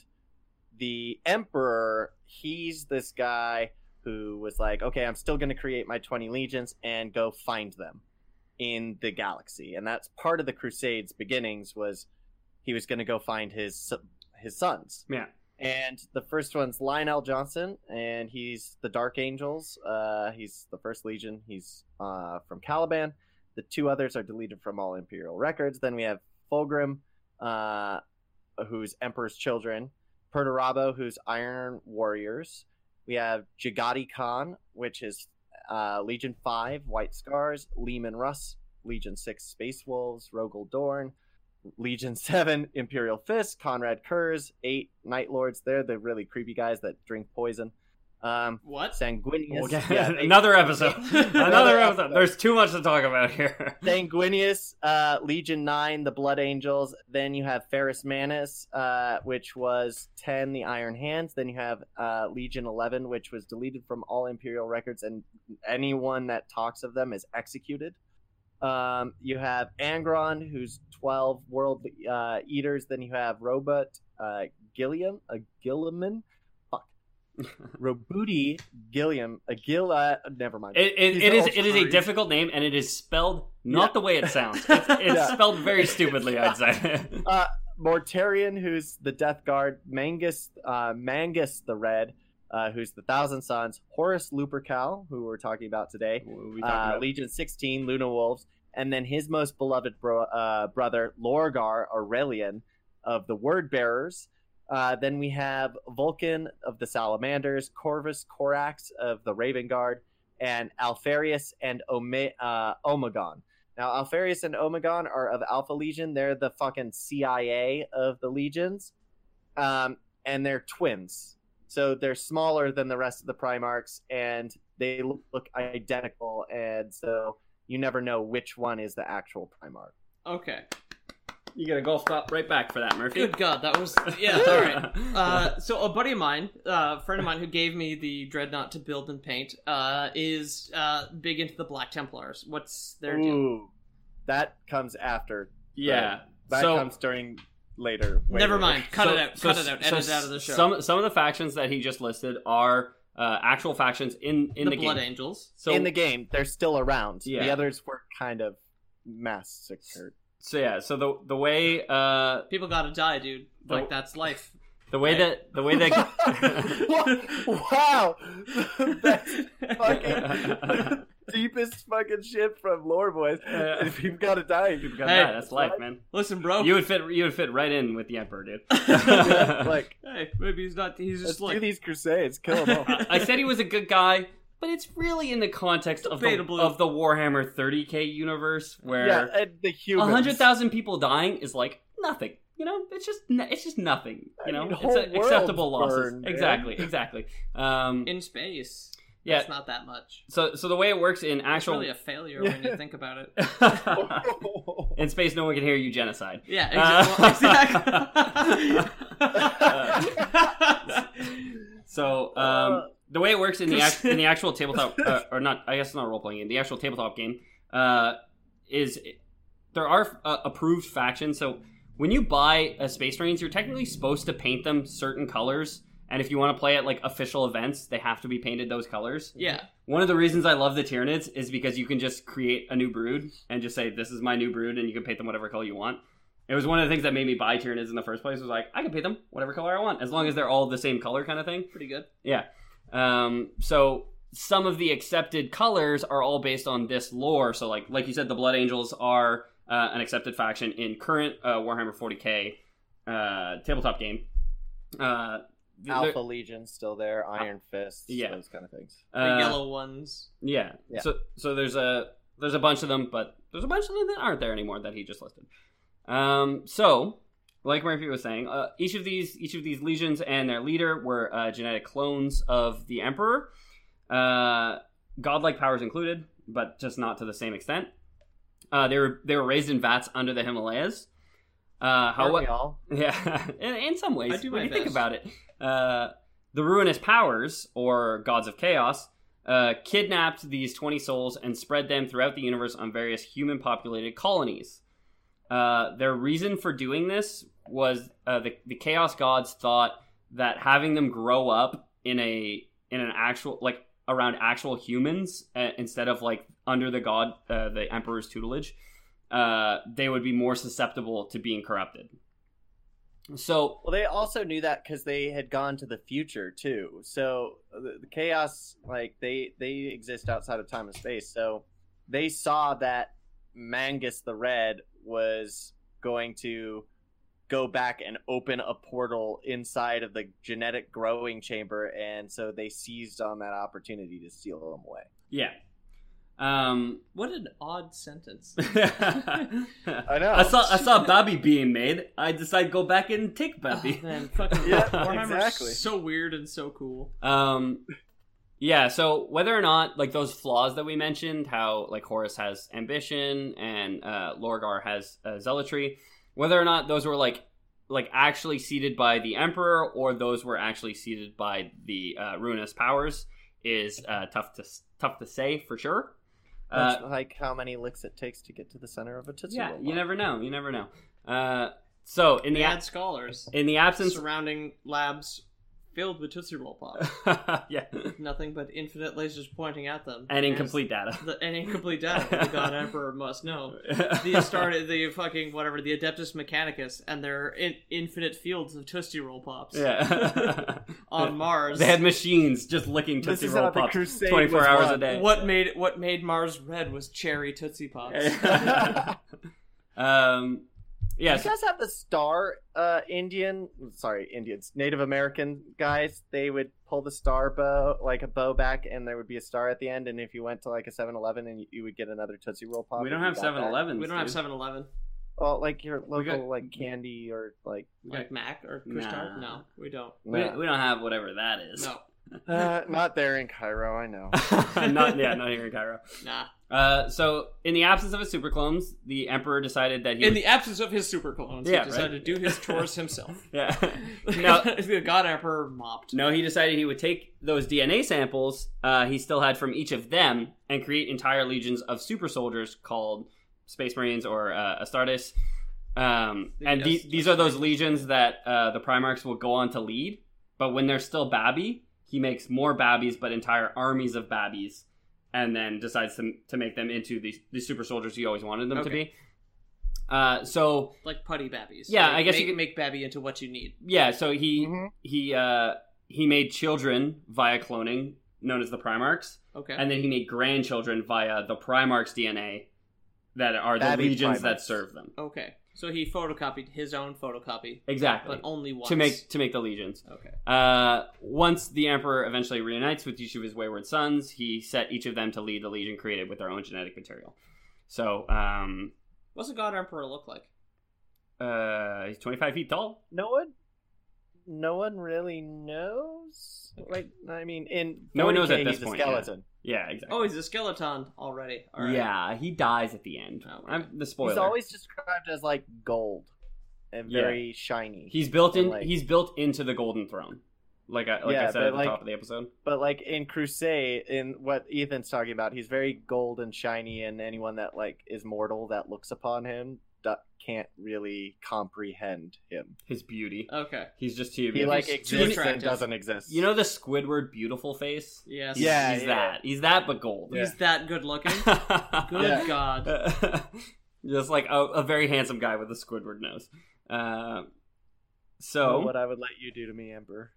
Speaker 3: the Emperor, he's this guy who was like, okay, I'm still going to create my 20 legions and go find them in the galaxy. And that's part of the Crusades beginnings was he was going to go find his his sons.
Speaker 1: Yeah.
Speaker 3: And the first one's Lionel Johnson, and he's the Dark Angels. Uh, he's the first legion. He's uh, from Caliban. The two others are deleted from all Imperial records. Then we have Fulgrim, uh, who's Emperor's Children. Perturabo, who's Iron Warriors. We have Jagati Khan, which is uh, Legion 5, White Scars, Lehman Russ, Legion 6, Space Wolves, Rogel Dorn, Legion 7, Imperial Fist, Conrad Kurz, 8, Night Lords. They're the really creepy guys that drink poison. Um,
Speaker 2: What?
Speaker 3: Sanguinius.
Speaker 1: Okay.
Speaker 3: yeah, they-
Speaker 1: Another episode. Another episode.
Speaker 3: episode.
Speaker 1: There's too much to talk about here.
Speaker 3: Sanguinius, uh, Legion 9, the Blood Angels. Then you have Ferris Manus, uh, which was 10, the Iron Hands. Then you have uh, Legion 11, which was deleted from all Imperial records, and anyone that talks of them is executed. Um, you have Angron, who's 12 World uh, Eaters. Then you have Robot uh, Gilliam, uh, Gilliman. Fuck. Robuti Gilliam, Agila. Never mind.
Speaker 1: It, it,
Speaker 3: These
Speaker 1: it
Speaker 3: are
Speaker 1: is
Speaker 3: all
Speaker 1: it is a
Speaker 3: three.
Speaker 1: difficult name, and it is spelled not
Speaker 3: Yeah.
Speaker 1: the way it sounds. It's, it's
Speaker 3: Yeah.
Speaker 1: spelled very stupidly, I'd say.
Speaker 3: Mortarian, who's the Death Guard, Mangus, uh, Mangus the Red, uh, who's the Thousand Sons, Horus Lupercal, who we're talking about today,
Speaker 1: What are we talking
Speaker 3: uh,
Speaker 1: about?
Speaker 3: Legion 16, Luna Wolves, and then his most beloved bro- uh, brother, Lorgar Aurelian of the Word Bearers. Uh, then we have Vulcan of the Salamanders, Corvus Corax of the Raven Guard, and Alfarius and Ome- uh, Omegon. Now, Alfarius and Omegon are of Alpha Legion. They're the fucking CIA of the Legions. Um, and they're twins. So they're smaller than the rest of the Primarchs, and they look, look identical. And so you never know which one is the actual Primarch.
Speaker 2: Okay.
Speaker 1: You get a golf stop right back for that, Murphy.
Speaker 2: Good God, that was yeah. All right. Uh, so a buddy of mine, uh, a friend of mine who gave me the dreadnought to build and paint, uh, is uh, big into the Black Templars. What's their deal?
Speaker 3: Ooh, that comes after.
Speaker 1: yeah.
Speaker 3: That
Speaker 1: so
Speaker 3: comes during later. way
Speaker 2: Never
Speaker 3: later.
Speaker 2: mind. Cut
Speaker 1: So-
Speaker 2: it out.
Speaker 1: so-
Speaker 2: Cut it out.
Speaker 1: so
Speaker 2: Edit it out of the show.
Speaker 1: Some some of the factions that he just listed are uh, actual factions in in
Speaker 2: the,
Speaker 1: the, game.
Speaker 2: Blood Angels.
Speaker 1: So
Speaker 3: In the game, they're still around. The
Speaker 1: Yeah.
Speaker 3: others were kind of massacred.
Speaker 1: so yeah. So the the way uh
Speaker 2: People gotta die, dude.
Speaker 1: The-
Speaker 2: Like that's life.
Speaker 1: the way
Speaker 2: Right.
Speaker 1: that the way that
Speaker 3: wow! That's fucking deepest fucking shit from lore boys.
Speaker 1: Yeah.
Speaker 3: If you've got to die, you've got to
Speaker 2: Hey. Oh.
Speaker 1: yeah, that's life, man.
Speaker 2: Listen, bro.
Speaker 1: You would fit you would fit right in with the emperor, dude.
Speaker 3: die. like,
Speaker 2: Hey, maybe he's not. He's
Speaker 3: let's
Speaker 2: just
Speaker 3: do
Speaker 2: like
Speaker 3: these crusades. Kill them all.
Speaker 1: I said he was a good guy, but it's really in the context of the,
Speaker 2: Debatably.
Speaker 1: of the Warhammer 30k universe where
Speaker 3: yeah, and the humans.
Speaker 1: A hundred thousand people dying is like nothing. You know, it's just n- it's just nothing.
Speaker 3: I
Speaker 1: You know,
Speaker 3: mean,
Speaker 1: it's
Speaker 3: whole
Speaker 1: a, acceptable
Speaker 3: worlds
Speaker 1: losses.
Speaker 3: burned, man.
Speaker 1: exactly, exactly. Um,
Speaker 2: in space.
Speaker 1: yeah.
Speaker 2: That's not that much.
Speaker 1: so so the way it works in
Speaker 2: It's
Speaker 1: actual
Speaker 2: really a failure when you think about it.
Speaker 1: in space, no one can hear you genocide.
Speaker 2: Yeah,
Speaker 1: Uh,
Speaker 2: exa- well, exactly.
Speaker 1: So um, the way it works in the act, in the actual tabletop uh, or not, I guess it's not role playing game. The actual tabletop game uh, is there are uh, approved factions. So when you buy a Space Marines, you're technically supposed to paint them certain colors And if you want to play at like official events, they have to be painted those colors.
Speaker 2: Yeah.
Speaker 1: One of the reasons I love the Tyranids is because you can just create a new brood and just say, "This is my new brood," and you can paint them whatever color you want. It was one of the things that made me buy Tyranids in the first place. Was like, I can paint them whatever color I want as long as they're all the same color, kind of thing.
Speaker 2: Pretty good.
Speaker 1: Um, so some of the accepted colors are all based on this lore. So like like you said, the Blood Angels are uh, an accepted faction in current uh, Warhammer 40k uh, tabletop game. Uh, they're-
Speaker 3: Alpha Legion's still there, Iron Fist,
Speaker 1: Uh, Yeah.
Speaker 3: those kind of things.
Speaker 2: The
Speaker 1: uh,
Speaker 2: yellow ones.
Speaker 1: Yeah.
Speaker 3: Yeah.
Speaker 1: So so there's a there's a bunch of them, but there's a bunch of them that aren't there anymore that he just listed. Um, so like Murphy was saying, uh, each of these each of these legions and their leader were uh, genetic clones of the emperor, uh, godlike powers included, but just not to the same extent. Uh, they were they were raised in vats under the Himalayas. Uh,
Speaker 3: Aren't
Speaker 1: how,
Speaker 3: we all?
Speaker 1: yeah, in, in some ways,
Speaker 2: I do
Speaker 1: when
Speaker 2: my
Speaker 1: you think
Speaker 2: best.
Speaker 1: about it, uh, the ruinous powers or gods of chaos uh, kidnapped these twenty souls and spread them throughout the universe on various human-populated colonies. Uh, their reason for doing this was uh, the, the chaos gods thought that having them grow up in a in an actual like around actual humans uh, instead of like under the god uh, the emperor's tutelage uh, they would be more susceptible to being corrupted so
Speaker 3: Well, they also knew that because they had gone to the future too. So the, the chaos, like they they exist outside of time and space. So they saw that Mangus the Red was going to go back and open a portal inside of the genetic growing chamber, and so they seized on that opportunity to steal him away.
Speaker 1: yeah um
Speaker 2: What an odd sentence.
Speaker 1: I
Speaker 3: know.
Speaker 1: saw I saw Bobby being made. I decided go back and take
Speaker 2: Oh,
Speaker 1: Bobby.
Speaker 2: man, fucking
Speaker 3: Yeah,
Speaker 2: Warhammer's
Speaker 3: exactly.
Speaker 2: so weird and so cool.
Speaker 1: Um, yeah. So whether or not like those flaws that we mentioned, how like Horus has ambition and uh, Lorgar has uh, zealotry, whether or not those were like like actually seated by the Emperor or those were actually seated by the uh, ruinous powers is uh, tough to tough to say for sure. Uh,
Speaker 3: That's like how many licks it takes to get to the center of a tootsie
Speaker 1: yeah,
Speaker 3: roll.
Speaker 1: you never know. You never know. Uh, so in the
Speaker 2: They
Speaker 1: a-
Speaker 2: had scholars
Speaker 1: in the absence,
Speaker 2: surrounding labs filled with Tootsie Roll Pops.
Speaker 1: yeah,
Speaker 2: Nothing but infinite lasers pointing at them.
Speaker 1: and incomplete data.
Speaker 2: The, and incomplete data that the God Emperor must know. The started the fucking whatever the Adeptus Mechanicus and their in, infinite fields of Tootsie Roll Pops
Speaker 1: Yeah.
Speaker 2: on Mars.
Speaker 1: They had machines just licking Tootsie
Speaker 3: is
Speaker 1: Roll
Speaker 3: how the
Speaker 1: Pops
Speaker 3: crusade
Speaker 1: 24
Speaker 3: was
Speaker 1: hours a
Speaker 3: won.
Speaker 1: day.
Speaker 2: what made what made Mars red was cherry Tootsie Pops.
Speaker 1: um, yeah,
Speaker 3: You
Speaker 1: so-
Speaker 3: guys have the star uh, Indian, sorry, Indians, Native American guys. They would pull the star bow, like a bow back, and there would be a star at the end. And if you went to like a 7 Eleven, and you, you would get another Tootsie Roll Pop.
Speaker 1: we
Speaker 3: if
Speaker 1: don't
Speaker 3: you
Speaker 1: have
Speaker 3: got that.
Speaker 1: 7 Elevens.
Speaker 2: we don't have 7-Eleven
Speaker 3: Well, like your
Speaker 1: We got-
Speaker 3: local, like candy or like.
Speaker 2: like Mac or
Speaker 1: Nah.
Speaker 2: Kushtar. No, we don't.
Speaker 1: We,
Speaker 3: nah.
Speaker 1: we don't have whatever that is.
Speaker 2: No,
Speaker 3: Uh, not there in Cairo, I know.
Speaker 1: not, yeah, not here in Cairo.
Speaker 2: nah.
Speaker 1: Uh, so, in the absence of his super clones, the Emperor decided that he.
Speaker 2: In the absence of his super clones,
Speaker 1: Yeah,
Speaker 2: he decided
Speaker 1: right.
Speaker 2: to do his chores himself.
Speaker 1: yeah.
Speaker 2: No,
Speaker 1: no,
Speaker 2: the God Emperor mopped.
Speaker 1: No, he decided he would take those DNA samples uh, he still had from each of them and create entire legions of super soldiers called Space Marines or uh, Astartes. Um, and the-
Speaker 2: Yes,
Speaker 1: these are those legions that uh, the Primarchs will go on to lead. But when they're still Babby, he makes more Babbies, but entire armies of Babbies, and then decides to, to make them into the, the super soldiers he always wanted them to
Speaker 2: Okay.
Speaker 1: be. Uh, so,
Speaker 2: Like putty babbies.
Speaker 1: Yeah,
Speaker 2: Like,
Speaker 1: I guess
Speaker 2: make,
Speaker 1: you could-
Speaker 2: make babby into what you need.
Speaker 1: yeah, so he
Speaker 3: Mhm.
Speaker 1: he uh, he made children via cloning, known as the Primarchs.
Speaker 2: Okay.
Speaker 1: and then he made grandchildren via the Primarch's DNA that are the
Speaker 3: Babby
Speaker 1: legions that
Speaker 3: Primarchs.
Speaker 1: serve them.
Speaker 2: okay. So he photocopied his own photocopy,
Speaker 1: Exactly.
Speaker 2: but only once.
Speaker 1: to make to make the legions.
Speaker 2: Okay.
Speaker 1: Uh, once the emperor eventually reunites with each of his wayward sons, he set each of them to lead the legion created with their own genetic material. So, um,
Speaker 2: What's the God Emperor look like?
Speaker 1: uh, he's 25 feet tall.
Speaker 3: No one, no one really knows. Like, I mean, in
Speaker 1: No one knows
Speaker 3: 40K,
Speaker 1: at this
Speaker 3: he's a
Speaker 1: point, yeah.
Speaker 3: skeleton.
Speaker 1: Yeah, exactly.
Speaker 2: Oh, he's a skeleton already. All right.
Speaker 1: Yeah, he dies at the end.
Speaker 2: Oh, okay.
Speaker 1: I'm the spoiler.
Speaker 3: He's always described as like gold and
Speaker 1: Yeah.
Speaker 3: very shiny.
Speaker 1: He's built in.
Speaker 3: And, like-
Speaker 1: he's built into the golden throne, like I, like I
Speaker 3: Yeah,
Speaker 1: said
Speaker 3: but,
Speaker 1: at the
Speaker 3: like-
Speaker 1: top of the episode.
Speaker 3: but like in crusade in what ethan's talking about he's very gold and shiny and anyone that like is mortal that looks upon him du- can't really comprehend him.
Speaker 1: His beauty.
Speaker 2: Okay.
Speaker 1: He's just too.
Speaker 3: He like
Speaker 1: he's-
Speaker 3: exists and
Speaker 2: attractive.
Speaker 3: doesn't exist.
Speaker 1: you know the Squidward beautiful face.
Speaker 2: Yes.
Speaker 1: He's-
Speaker 3: Yeah,
Speaker 1: he's
Speaker 3: yeah.
Speaker 1: that. He's that, but gold.
Speaker 2: He's that good looking. Good
Speaker 3: Yeah. Uh,
Speaker 2: God.
Speaker 1: just like a, a very handsome guy with a Squidward nose. Uh,
Speaker 3: Know
Speaker 1: so
Speaker 3: what I would let you do to me, Emperor.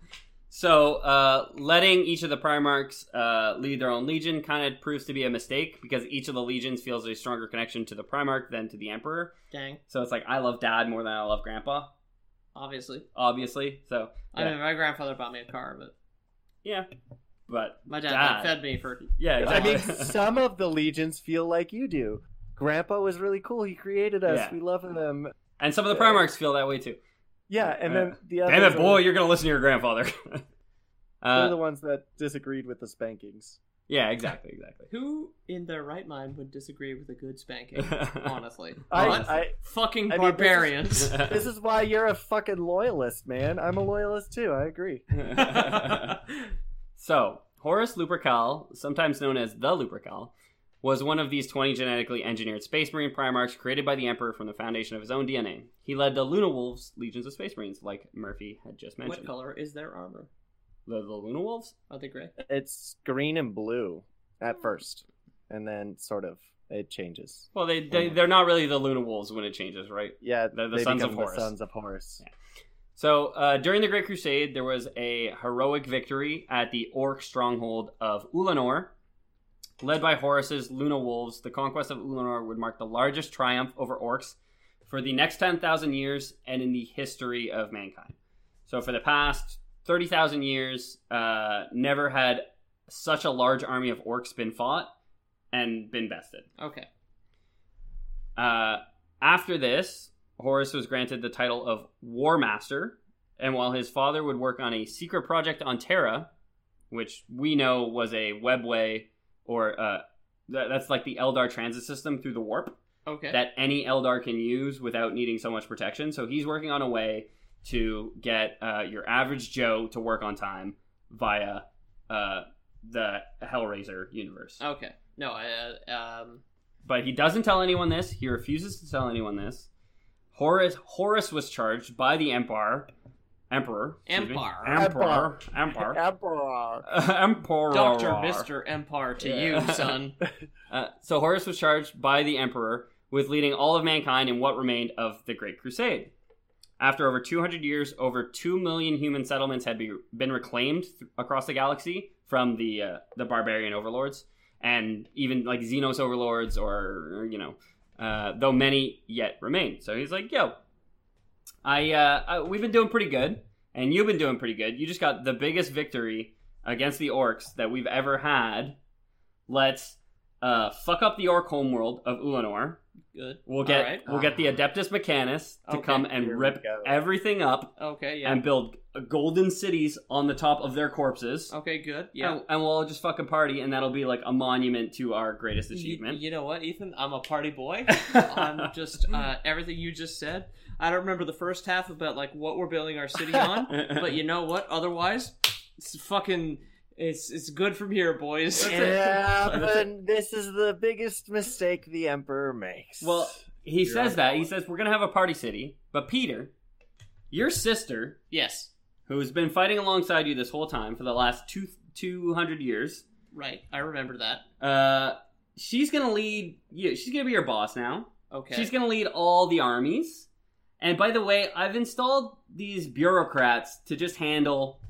Speaker 1: so uh, letting each of the primarchs uh, lead their own legion kind of proves to be a mistake because each of the legions feels a stronger connection to the primarch than to the emperor
Speaker 2: Dang.
Speaker 1: so it's like i love dad more than i love grandpa
Speaker 2: Obviously.
Speaker 1: obviously so
Speaker 2: I
Speaker 1: Yeah.
Speaker 2: mean, my grandfather bought me a car, but
Speaker 1: yeah but
Speaker 2: my dad,
Speaker 1: Dad.
Speaker 2: like, fed me for.
Speaker 1: yeah
Speaker 3: I
Speaker 1: exactly
Speaker 3: mean, some of the legions feel like you do. Grandpa was really cool. He created us.
Speaker 1: Yeah.
Speaker 3: We love him.
Speaker 1: and some of the primarchs feel that way too
Speaker 3: Yeah, and then the other
Speaker 1: Uh, damn it boy you're gonna listen to your grandfather
Speaker 3: They're
Speaker 1: uh,
Speaker 3: the ones that disagreed with the spankings.
Speaker 1: yeah exactly exactly
Speaker 2: Who in their right mind would disagree with a good spanking? Honestly.
Speaker 3: I,
Speaker 2: What?
Speaker 3: I,
Speaker 2: Fucking
Speaker 3: I mean, this is-
Speaker 2: barbarians.
Speaker 3: this is why you're a fucking loyalist, man. I'm a loyalist too. I agree.
Speaker 1: so, Horus Lupercal, sometimes known as the Lupercal, was one of these 20 genetically engineered Space Marine Primarchs created by the Emperor from the foundation of his own DNA. He led the Luna Wolves legions of Space Marines, like Murphy had just
Speaker 2: what
Speaker 1: mentioned.
Speaker 2: color is their armor?
Speaker 1: The, the Luna Wolves?
Speaker 2: Are they gray?
Speaker 3: It's green and blue at first, and then sort of it changes.
Speaker 1: Well, they, they, they're not really the Luna Wolves when it changes, right?
Speaker 3: Yeah,
Speaker 1: They're the
Speaker 3: they
Speaker 1: sons of
Speaker 3: become
Speaker 1: Horus.
Speaker 3: The sons of Horus.
Speaker 1: So, uh, during the Great Crusade, there was a heroic victory at the Orc stronghold of Ulanor. Led by Horus's Luna Wolves, the conquest of Ulanor would mark the largest triumph over orcs for the next 10,000 years and in the history of mankind. So, for the past 30,000 years, uh, never had such a large army of orcs been fought and been bested.
Speaker 2: Okay.
Speaker 1: Uh, after this, Horus was granted the title of War Master, and while his father would work on a secret project on Terra, which we know was a webway, or uh, tha- that's like the Eldar transit system through the warp
Speaker 2: Okay.
Speaker 1: that any Eldar can use without needing so much protection. So he's working on a way to get uh, your average Joe to work on time via uh, the Hellraiser universe.
Speaker 2: Okay. No, I, uh, um,
Speaker 1: But he doesn't tell anyone this. He refuses to tell anyone this. Horus Horus was charged by the Empire, Emperor, excuse me.
Speaker 2: Empire.
Speaker 1: Emperor, Emperor,
Speaker 3: Emperor. Oh.
Speaker 1: Emperor,
Speaker 2: Doctor Mister Empire to
Speaker 1: Yeah.
Speaker 2: you, son.
Speaker 1: Uh, so Horus was charged by the Emperor with leading all of mankind in what remained of the Great Crusade. After over 200 years, over 2 million human settlements had be, been reclaimed th- across the galaxy from the uh, the barbarian overlords and even like Xenos overlords or you know, uh, though many yet remain. So he's like, "Yo, I, uh, I we've been doing pretty good and you've been doing pretty good. You just got the biggest victory against the orcs that we've ever had. Let's uh, fuck up the orc homeworld of Ulanor.
Speaker 2: Good.
Speaker 1: We'll get
Speaker 2: Alright.
Speaker 1: we'll get the Adeptus Mechanis to
Speaker 2: Okay,
Speaker 1: come and
Speaker 3: here we
Speaker 1: rip
Speaker 3: go.
Speaker 1: everything up
Speaker 2: Okay. Yeah.
Speaker 1: and build golden cities on the top of their corpses.
Speaker 2: okay. Good. Oh, Yeah.
Speaker 1: And, and we'll all just fucking party, and that'll be like a monument to our greatest
Speaker 2: You-
Speaker 1: achievement.
Speaker 2: you know what, Ethan? I'm a party boy. I'm just uh, everything you just said. I don't remember the first half about like what we're building our city on, but you know what? Otherwise, it's fucking it's it's good from here, boys.
Speaker 3: Yeah, but this is the biggest mistake the Emperor makes.
Speaker 1: Well, he
Speaker 3: You're
Speaker 1: says
Speaker 3: on
Speaker 1: that.
Speaker 3: the
Speaker 1: He
Speaker 3: line.
Speaker 1: says, We're going to have a party city. But Peter, your sister,
Speaker 2: yes,
Speaker 1: who's been fighting alongside you this whole time for the last two, 200 years,
Speaker 2: right. I remember that.
Speaker 1: uh, she's going to lead you. She's going to be your boss now.
Speaker 2: Okay.
Speaker 1: She's going to lead all the armies. And by the way, I've installed these bureaucrats to just handle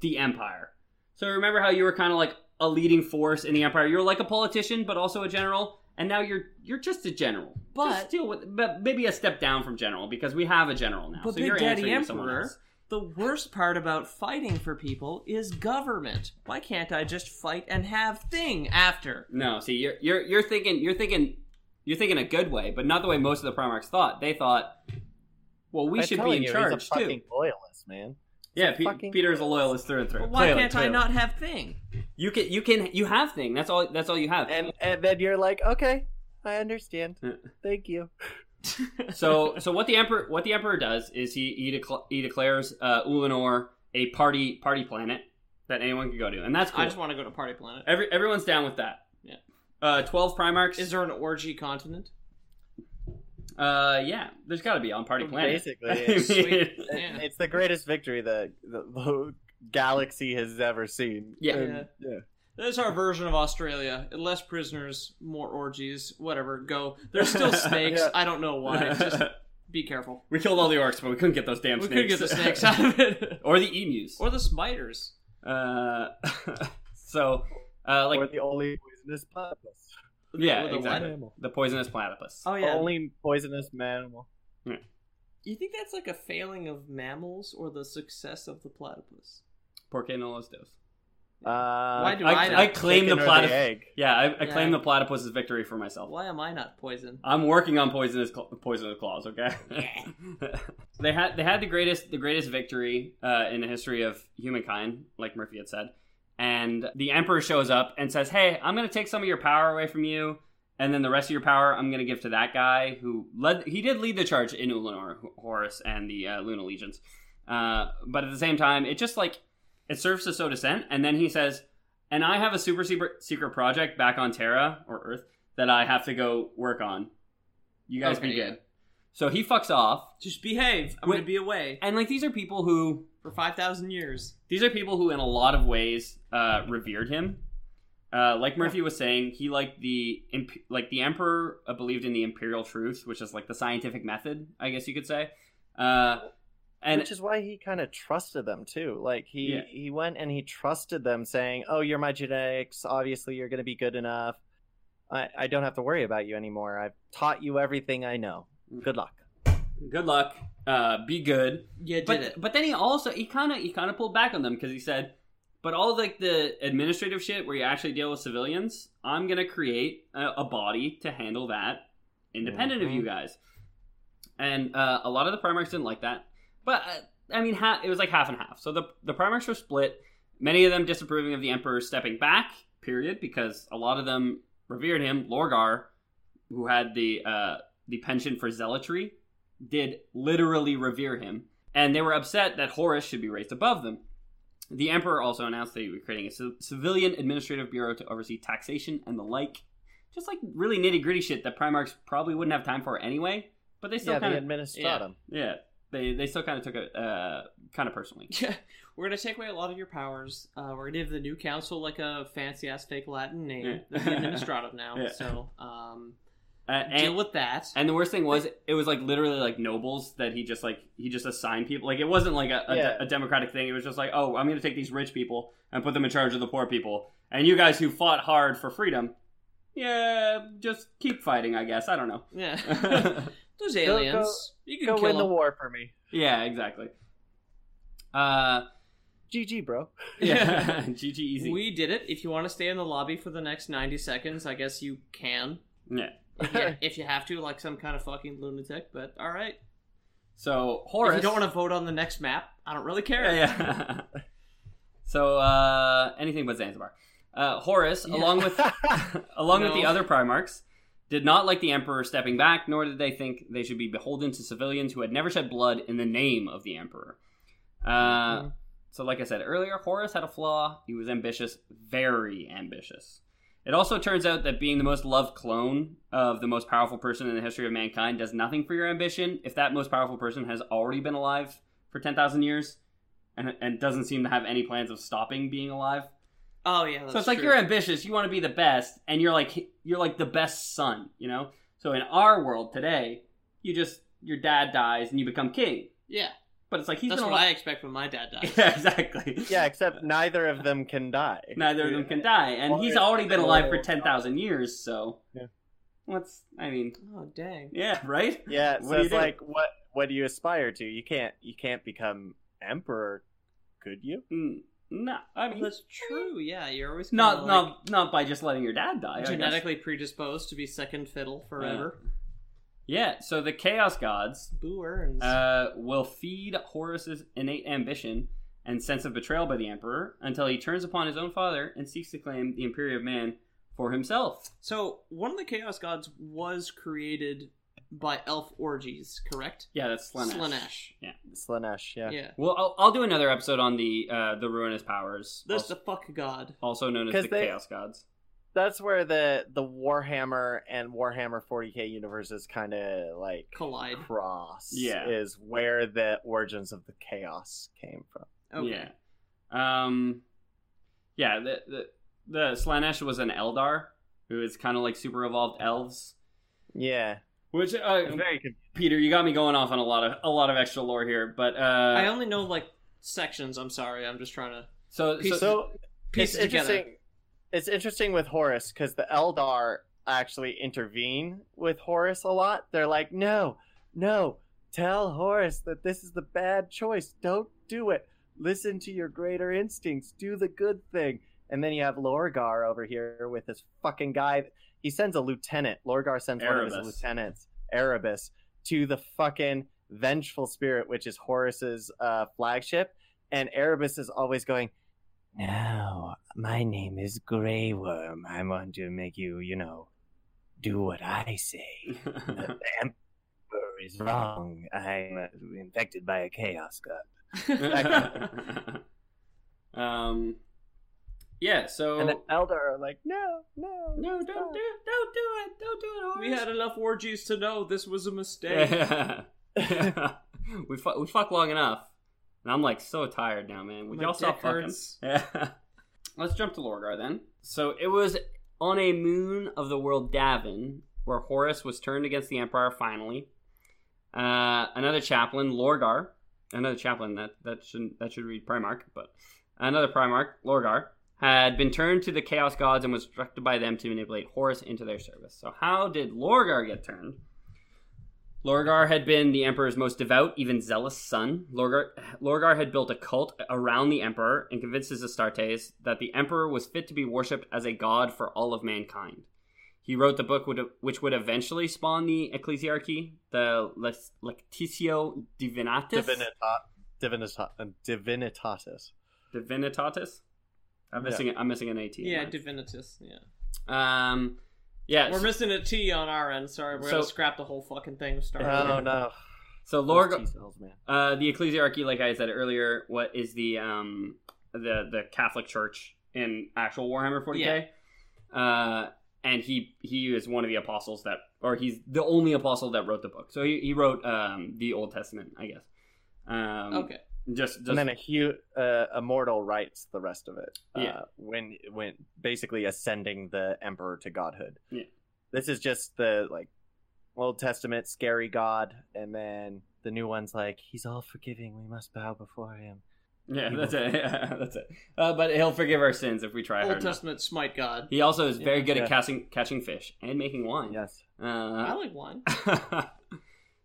Speaker 1: the empire. So remember how you were kind of like a leading force in the empire. You're like a politician, but also a general. And now you're you're just a general,
Speaker 2: But-
Speaker 1: just deal with, but maybe a step down from general because we have a general now.
Speaker 2: But
Speaker 1: so
Speaker 2: Big
Speaker 1: you're
Speaker 2: Daddy
Speaker 1: answering to someone
Speaker 2: Emperor,
Speaker 1: else.
Speaker 2: the worst part about fighting for people is government. Why can't I just fight and have thing after?
Speaker 1: No, see, you're you're you're thinking you're thinking you're thinking a good way, but not the way most of the Primarchs thought. They thought, well, we
Speaker 3: I'm
Speaker 1: should be
Speaker 3: telling
Speaker 1: in
Speaker 3: you,
Speaker 1: charge
Speaker 3: he's a
Speaker 1: too.
Speaker 3: fucking loyalist, man.
Speaker 1: Yeah,
Speaker 3: a
Speaker 1: Pe-
Speaker 3: fucking-
Speaker 1: Peter is a loyalist through and through.
Speaker 2: But why
Speaker 1: Clearly,
Speaker 2: can't I
Speaker 1: clearly.
Speaker 2: not have thing?
Speaker 1: You can you can you have thing. That's all that's all you have.
Speaker 3: And and then you're like, okay, I understand.
Speaker 1: Yeah.
Speaker 3: Thank you.
Speaker 1: so so what the emperor what the emperor does is he he, decl he declares uh, Ulanor a party party planet that anyone can go to, and that's cool.
Speaker 2: I just want to go to Party Planet.
Speaker 1: Every everyone's down with that.
Speaker 2: Yeah.
Speaker 1: Uh, twelve Primarchs.
Speaker 2: Is there an orgy continent?
Speaker 1: Uh, yeah, there's got to be on Party Planet.
Speaker 3: Basically,
Speaker 1: I
Speaker 3: it's,
Speaker 1: mean,
Speaker 2: Sweet. Yeah.
Speaker 3: it's the greatest victory that the, the galaxy has ever seen.
Speaker 1: Yeah.
Speaker 3: And, yeah.
Speaker 2: That's our version of Australia. Less prisoners, more orgies, whatever. Go. There's still snakes.
Speaker 3: Yeah.
Speaker 2: I don't know why. Just be careful.
Speaker 1: we killed all the orcs, but we couldn't get those damn
Speaker 2: We
Speaker 1: snakes.
Speaker 2: could get the snakes out of it,
Speaker 1: or the emus.
Speaker 2: or the spiders.
Speaker 1: Uh, so, uh, like
Speaker 3: or the only poisonous platypus.
Speaker 1: yeah,
Speaker 2: Or the
Speaker 1: exactly.
Speaker 3: Animal.
Speaker 1: the poisonous platypus.
Speaker 2: Oh yeah.
Speaker 3: Only poisonous mammal.
Speaker 2: You think that's like a failing of mammals, or the success of the platypus?
Speaker 1: Porque no los dos.
Speaker 3: Uh,
Speaker 2: Why do
Speaker 1: I,
Speaker 2: I not
Speaker 1: I claim the
Speaker 3: chicken or
Speaker 1: platypus.
Speaker 3: egg.
Speaker 1: yeah, I, I
Speaker 2: Yeah.
Speaker 1: claim the platypus's victory for myself.
Speaker 2: Why am I not poisoned?
Speaker 1: I'm working on poisonous cl- poisonous claws. Okay. they had they had the greatest the greatest victory uh, in the history of humankind, like Murphy had said. And the emperor shows up and says, "Hey, I'm going to take some of your power away from you, and then the rest of your power I'm going to give to that guy who led. He did lead the charge in Ulanor, H- Horus, and the uh, Lunar Legions. Uh, but at the same time, it just like it serves to sow dissent. And then he says, "And I have a super secret secret project back on Terra or Earth." that I have to go work on. You guys
Speaker 2: Okay,
Speaker 1: be good.
Speaker 2: yeah.
Speaker 1: So he fucks off.
Speaker 2: Just behave. I'm
Speaker 1: Wait.
Speaker 2: gonna be away
Speaker 1: And like these are people who
Speaker 2: for five thousand years.
Speaker 1: these are people who in a lot of ways uh, revered him. Uh, like Murphy was saying, he liked the imp- like the emperor uh, believed in the imperial truths, which is like the scientific method, I guess you could say. Uh, and
Speaker 3: Which is why he kind of trusted them too. Like he
Speaker 1: Yeah.
Speaker 3: he went and he trusted them, saying, "Oh, you're my genetics. Obviously, you're going to be good enough. I I don't have to worry about you anymore. I've taught you everything I know.
Speaker 2: Mm.
Speaker 3: Good luck."
Speaker 1: good luck, uh, be good.
Speaker 2: You did
Speaker 1: but
Speaker 2: it.
Speaker 1: but then he also he kind of he kind of pulled back on them because he said, but all of, like the administrative shit where you actually deal with civilians, I'm gonna create a, a body to handle that, independent of
Speaker 3: Mhm.
Speaker 1: you guys. And uh, a lot of the Primarchs didn't like that, but uh, I mean, ha- it was like half and half. So the the Primarchs were split. Many of them disapproving of the Emperor stepping back, period, because a lot of them revered him. Lorgar, who had the uh, the penchant for zealotry, did literally revere him, and they were upset that Horus should be raised above them. The emperor also announced that he was creating a civ- civilian administrative bureau to oversee taxation and the like, just like really nitty gritty shit that Primarchs probably wouldn't have time for anyway. But they still
Speaker 3: yeah,
Speaker 1: kind
Speaker 3: the
Speaker 1: of
Speaker 3: administratum.
Speaker 1: yeah they they still kind of took it uh, kind of personally.
Speaker 2: Yeah, we're gonna take away a lot of your powers. Uh, we're gonna give the new council like a fancy ass fake Latin name.
Speaker 1: Yeah.
Speaker 2: They're the administrative now,
Speaker 1: Yeah.
Speaker 2: so um,
Speaker 1: Uh,
Speaker 2: deal
Speaker 1: and
Speaker 2: with that.
Speaker 1: and the worst thing was it was like literally like nobles that he just like he just assigned people like it wasn't like a, a,
Speaker 3: Yeah.
Speaker 1: a democratic thing. It was just like oh I'm gonna take these rich people and put them in charge of the poor people and you guys who fought hard for freedom, yeah just keep fighting I guess I don't know.
Speaker 2: yeah, those aliens. you can
Speaker 3: Go
Speaker 2: kill
Speaker 3: win the
Speaker 2: them.
Speaker 3: war for me.
Speaker 1: yeah exactly. Uh
Speaker 3: GG, bro.
Speaker 1: yeah GG easy
Speaker 2: We did it. If you want to stay in the lobby for the next ninety seconds, I guess you can.
Speaker 1: yeah.
Speaker 2: If you, if you have to, like some kind of fucking lunatic. But all right.
Speaker 1: So Horus
Speaker 2: If you don't want to vote on the next map, I don't really care.
Speaker 1: Yeah, yeah. so uh, anything but Zanzibar. Uh, Horus,
Speaker 2: Yeah.
Speaker 1: along with along with
Speaker 2: No.
Speaker 1: the other Primarchs, did not like the Emperor stepping back, nor did they think they should be beholden to civilians who had never shed blood in the name of the Emperor. Uh, So, like I said earlier, Horus had a flaw. He was ambitious, very ambitious. It also turns out that being the most loved clone of the most powerful person in the history of mankind does nothing for your ambition if that most powerful person has already been alive for 10,000 years and, and doesn't seem to have any plans of stopping being alive.
Speaker 2: Oh yeah. That's
Speaker 1: so it's like
Speaker 2: true.
Speaker 1: you're ambitious, you want to be the best, and you're like you're like the best son, you know? So in our world today, you just your dad dies and you become king.
Speaker 2: Yeah.
Speaker 1: But it's like he's
Speaker 2: that's
Speaker 1: been
Speaker 2: what I
Speaker 1: alive.
Speaker 2: expect when my dad dies.
Speaker 1: Yeah, exactly.
Speaker 3: Yeah, except neither of them can die.
Speaker 1: Neither of them can die, and
Speaker 3: Well,
Speaker 1: he's
Speaker 3: it's-
Speaker 1: already been alive for ten thousand years. So,
Speaker 3: Yeah.
Speaker 1: what's I mean?
Speaker 2: Oh dang.
Speaker 1: Yeah, right.
Speaker 3: Yeah,
Speaker 1: What
Speaker 3: so
Speaker 1: do you
Speaker 3: it's
Speaker 1: do?
Speaker 3: like what what do you aspire to? You can't you can't become emperor, could you?
Speaker 1: Mm, No, I mean,
Speaker 2: That's true. Yeah, you're always kinda
Speaker 1: not
Speaker 2: like
Speaker 1: not not by just letting your dad die. I guess.
Speaker 2: genetically predisposed to be second fiddle forever.
Speaker 1: Yeah. So the chaos gods
Speaker 2: Boo earns.
Speaker 1: uh, will feed Horus's innate ambition and sense of betrayal by the emperor until he turns upon his own father and seeks to claim the imperium of man for himself.
Speaker 2: so one of the chaos gods was created by elf orgies, correct?
Speaker 1: Yeah, that's Slanesh.
Speaker 2: Slanesh.
Speaker 3: Slanesh, yeah.
Speaker 2: Yeah.
Speaker 1: Well, I'll, I'll do another episode on the uh, the ruinous powers,
Speaker 2: That's
Speaker 1: also,
Speaker 2: the fuck god.
Speaker 1: also known as
Speaker 3: 'Cause
Speaker 1: the
Speaker 3: they-
Speaker 1: chaos gods.
Speaker 3: that's where the the Warhammer and Warhammer 40k universes kind of like
Speaker 2: Collide.
Speaker 3: cross.
Speaker 1: Yeah.
Speaker 3: is where the origins of the chaos came from.
Speaker 2: Okay.
Speaker 1: Yeah. Um, yeah. The the, the Slanesh was an Eldar who is kind of like super evolved elves.
Speaker 3: Yeah,
Speaker 1: Which uh,
Speaker 3: It's very confusing.
Speaker 1: Peter, you got me going off on a lot of a lot of extra lore here, but uh,
Speaker 2: I only know like sections. I'm sorry. I'm just trying to
Speaker 1: so so,
Speaker 3: so
Speaker 2: piece
Speaker 3: it's
Speaker 2: it together.
Speaker 3: interesting. It's interesting with Horus because the Eldar actually intervene with Horus a lot. They're like, no, no, tell Horus that this is the bad choice. Don't do it. Listen to your greater instincts. Do the good thing. And then you have Lorgar over here with this fucking guy. He sends a lieutenant. Lorgar sends one of
Speaker 1: Erebus.
Speaker 3: his lieutenants, Erebus, to the fucking vengeful spirit, which is Horus's uh, flagship. And Erebus is always going, now, my name is Grey Worm. I want to make you, you know, do what I say. The Emperor is wrong. I'm uh, infected by a chaos god.
Speaker 1: um, yeah. So
Speaker 3: And the Elder are like, no, no,
Speaker 1: Oh. no,
Speaker 3: stop."
Speaker 1: don't do it! Don't do it! Don't do it! Horus.
Speaker 2: we had enough war juice to know this was a mistake.
Speaker 1: Yeah. we fu- we fuck long enough, and I'm like so tired now, man. Would
Speaker 2: My
Speaker 1: y'all stop
Speaker 2: dick
Speaker 1: fucking?
Speaker 2: hurts.
Speaker 1: Yeah. Let's jump to Lorgar then. So it was on a moon of the world Davin where Horus was turned against the Empire finally. Uh, another chaplain, Lorgar, another chaplain that that shouldn't that should read Primarch, but another Primarch, Lorgar, had been turned to the Chaos Gods and was instructed by them to manipulate Horus into their service. So how did Lorgar get turned? Lorgar had been the Emperor's most devout, even zealous son. Lorgar, Lorgar had built a cult around the Emperor and convinced his Astartes that the Emperor was fit to be worshipped as a god for all of mankind. He wrote the book would, which would eventually spawn the Ecclesiarchy, the Les- Lectitio Divinatis.
Speaker 3: Divinita- Divinita- uh, Divinitatis.
Speaker 1: Divinitatis? I'm
Speaker 3: Yeah.
Speaker 1: missing. I'm missing an AT. in
Speaker 2: Yeah,
Speaker 1: mine.
Speaker 2: Divinitas. Yeah.
Speaker 1: um. Yeah.
Speaker 2: We're
Speaker 1: so,
Speaker 2: missing a T on our end. Sorry, we're
Speaker 1: So-
Speaker 2: gonna scrap the whole fucking thing. Start.
Speaker 3: Oh, no.
Speaker 1: so
Speaker 3: Lord
Speaker 1: Lorgar, Uh, the ecclesiarchy, like I said earlier, what is the um the the Catholic Church in actual Warhammer 40k? Uh, and he he is one of the apostles that, or he's the only apostle that wrote the book. So he, he wrote um the Old Testament, I guess. Um,
Speaker 2: Okay.
Speaker 1: Just just
Speaker 3: And then a hu uh, immortal writes the rest of it.
Speaker 1: Yeah.
Speaker 3: Uh, when when basically ascending the emperor to godhood.
Speaker 1: Yeah.
Speaker 3: This is just the like Old Testament scary god, and then the new one's like he's all forgiving. We must bow before him.
Speaker 1: yeah, that's it. Yeah, that's it. Uh, but he'll forgive our sins if we try hard
Speaker 2: Old
Speaker 1: enough.
Speaker 2: Testament smite god.
Speaker 1: He also is very
Speaker 2: Yeah.
Speaker 1: good
Speaker 3: Yeah.
Speaker 1: at casting, catching fish and making wine.
Speaker 3: Yes.
Speaker 1: Uh,
Speaker 2: I like wine.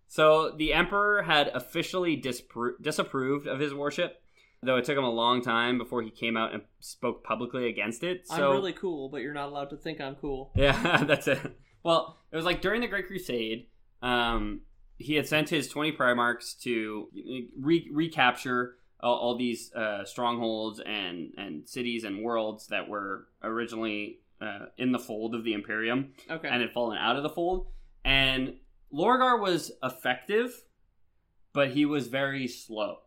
Speaker 1: so the emperor had officially dispro- disapproved of his worship, though it took him a long time before he came out and spoke publicly against it. So
Speaker 2: I'm really cool, but you're not allowed to think I'm cool.
Speaker 1: yeah, that's it. Well, it was like during the Great Crusade, um, he had sent his 20 primarchs to uh, re- recapture all, all these uh, strongholds and, and cities and worlds that were originally uh, in the fold of the Imperium
Speaker 2: Okay.
Speaker 1: and had fallen out of the fold. And Lorgar was effective, but he was very slow.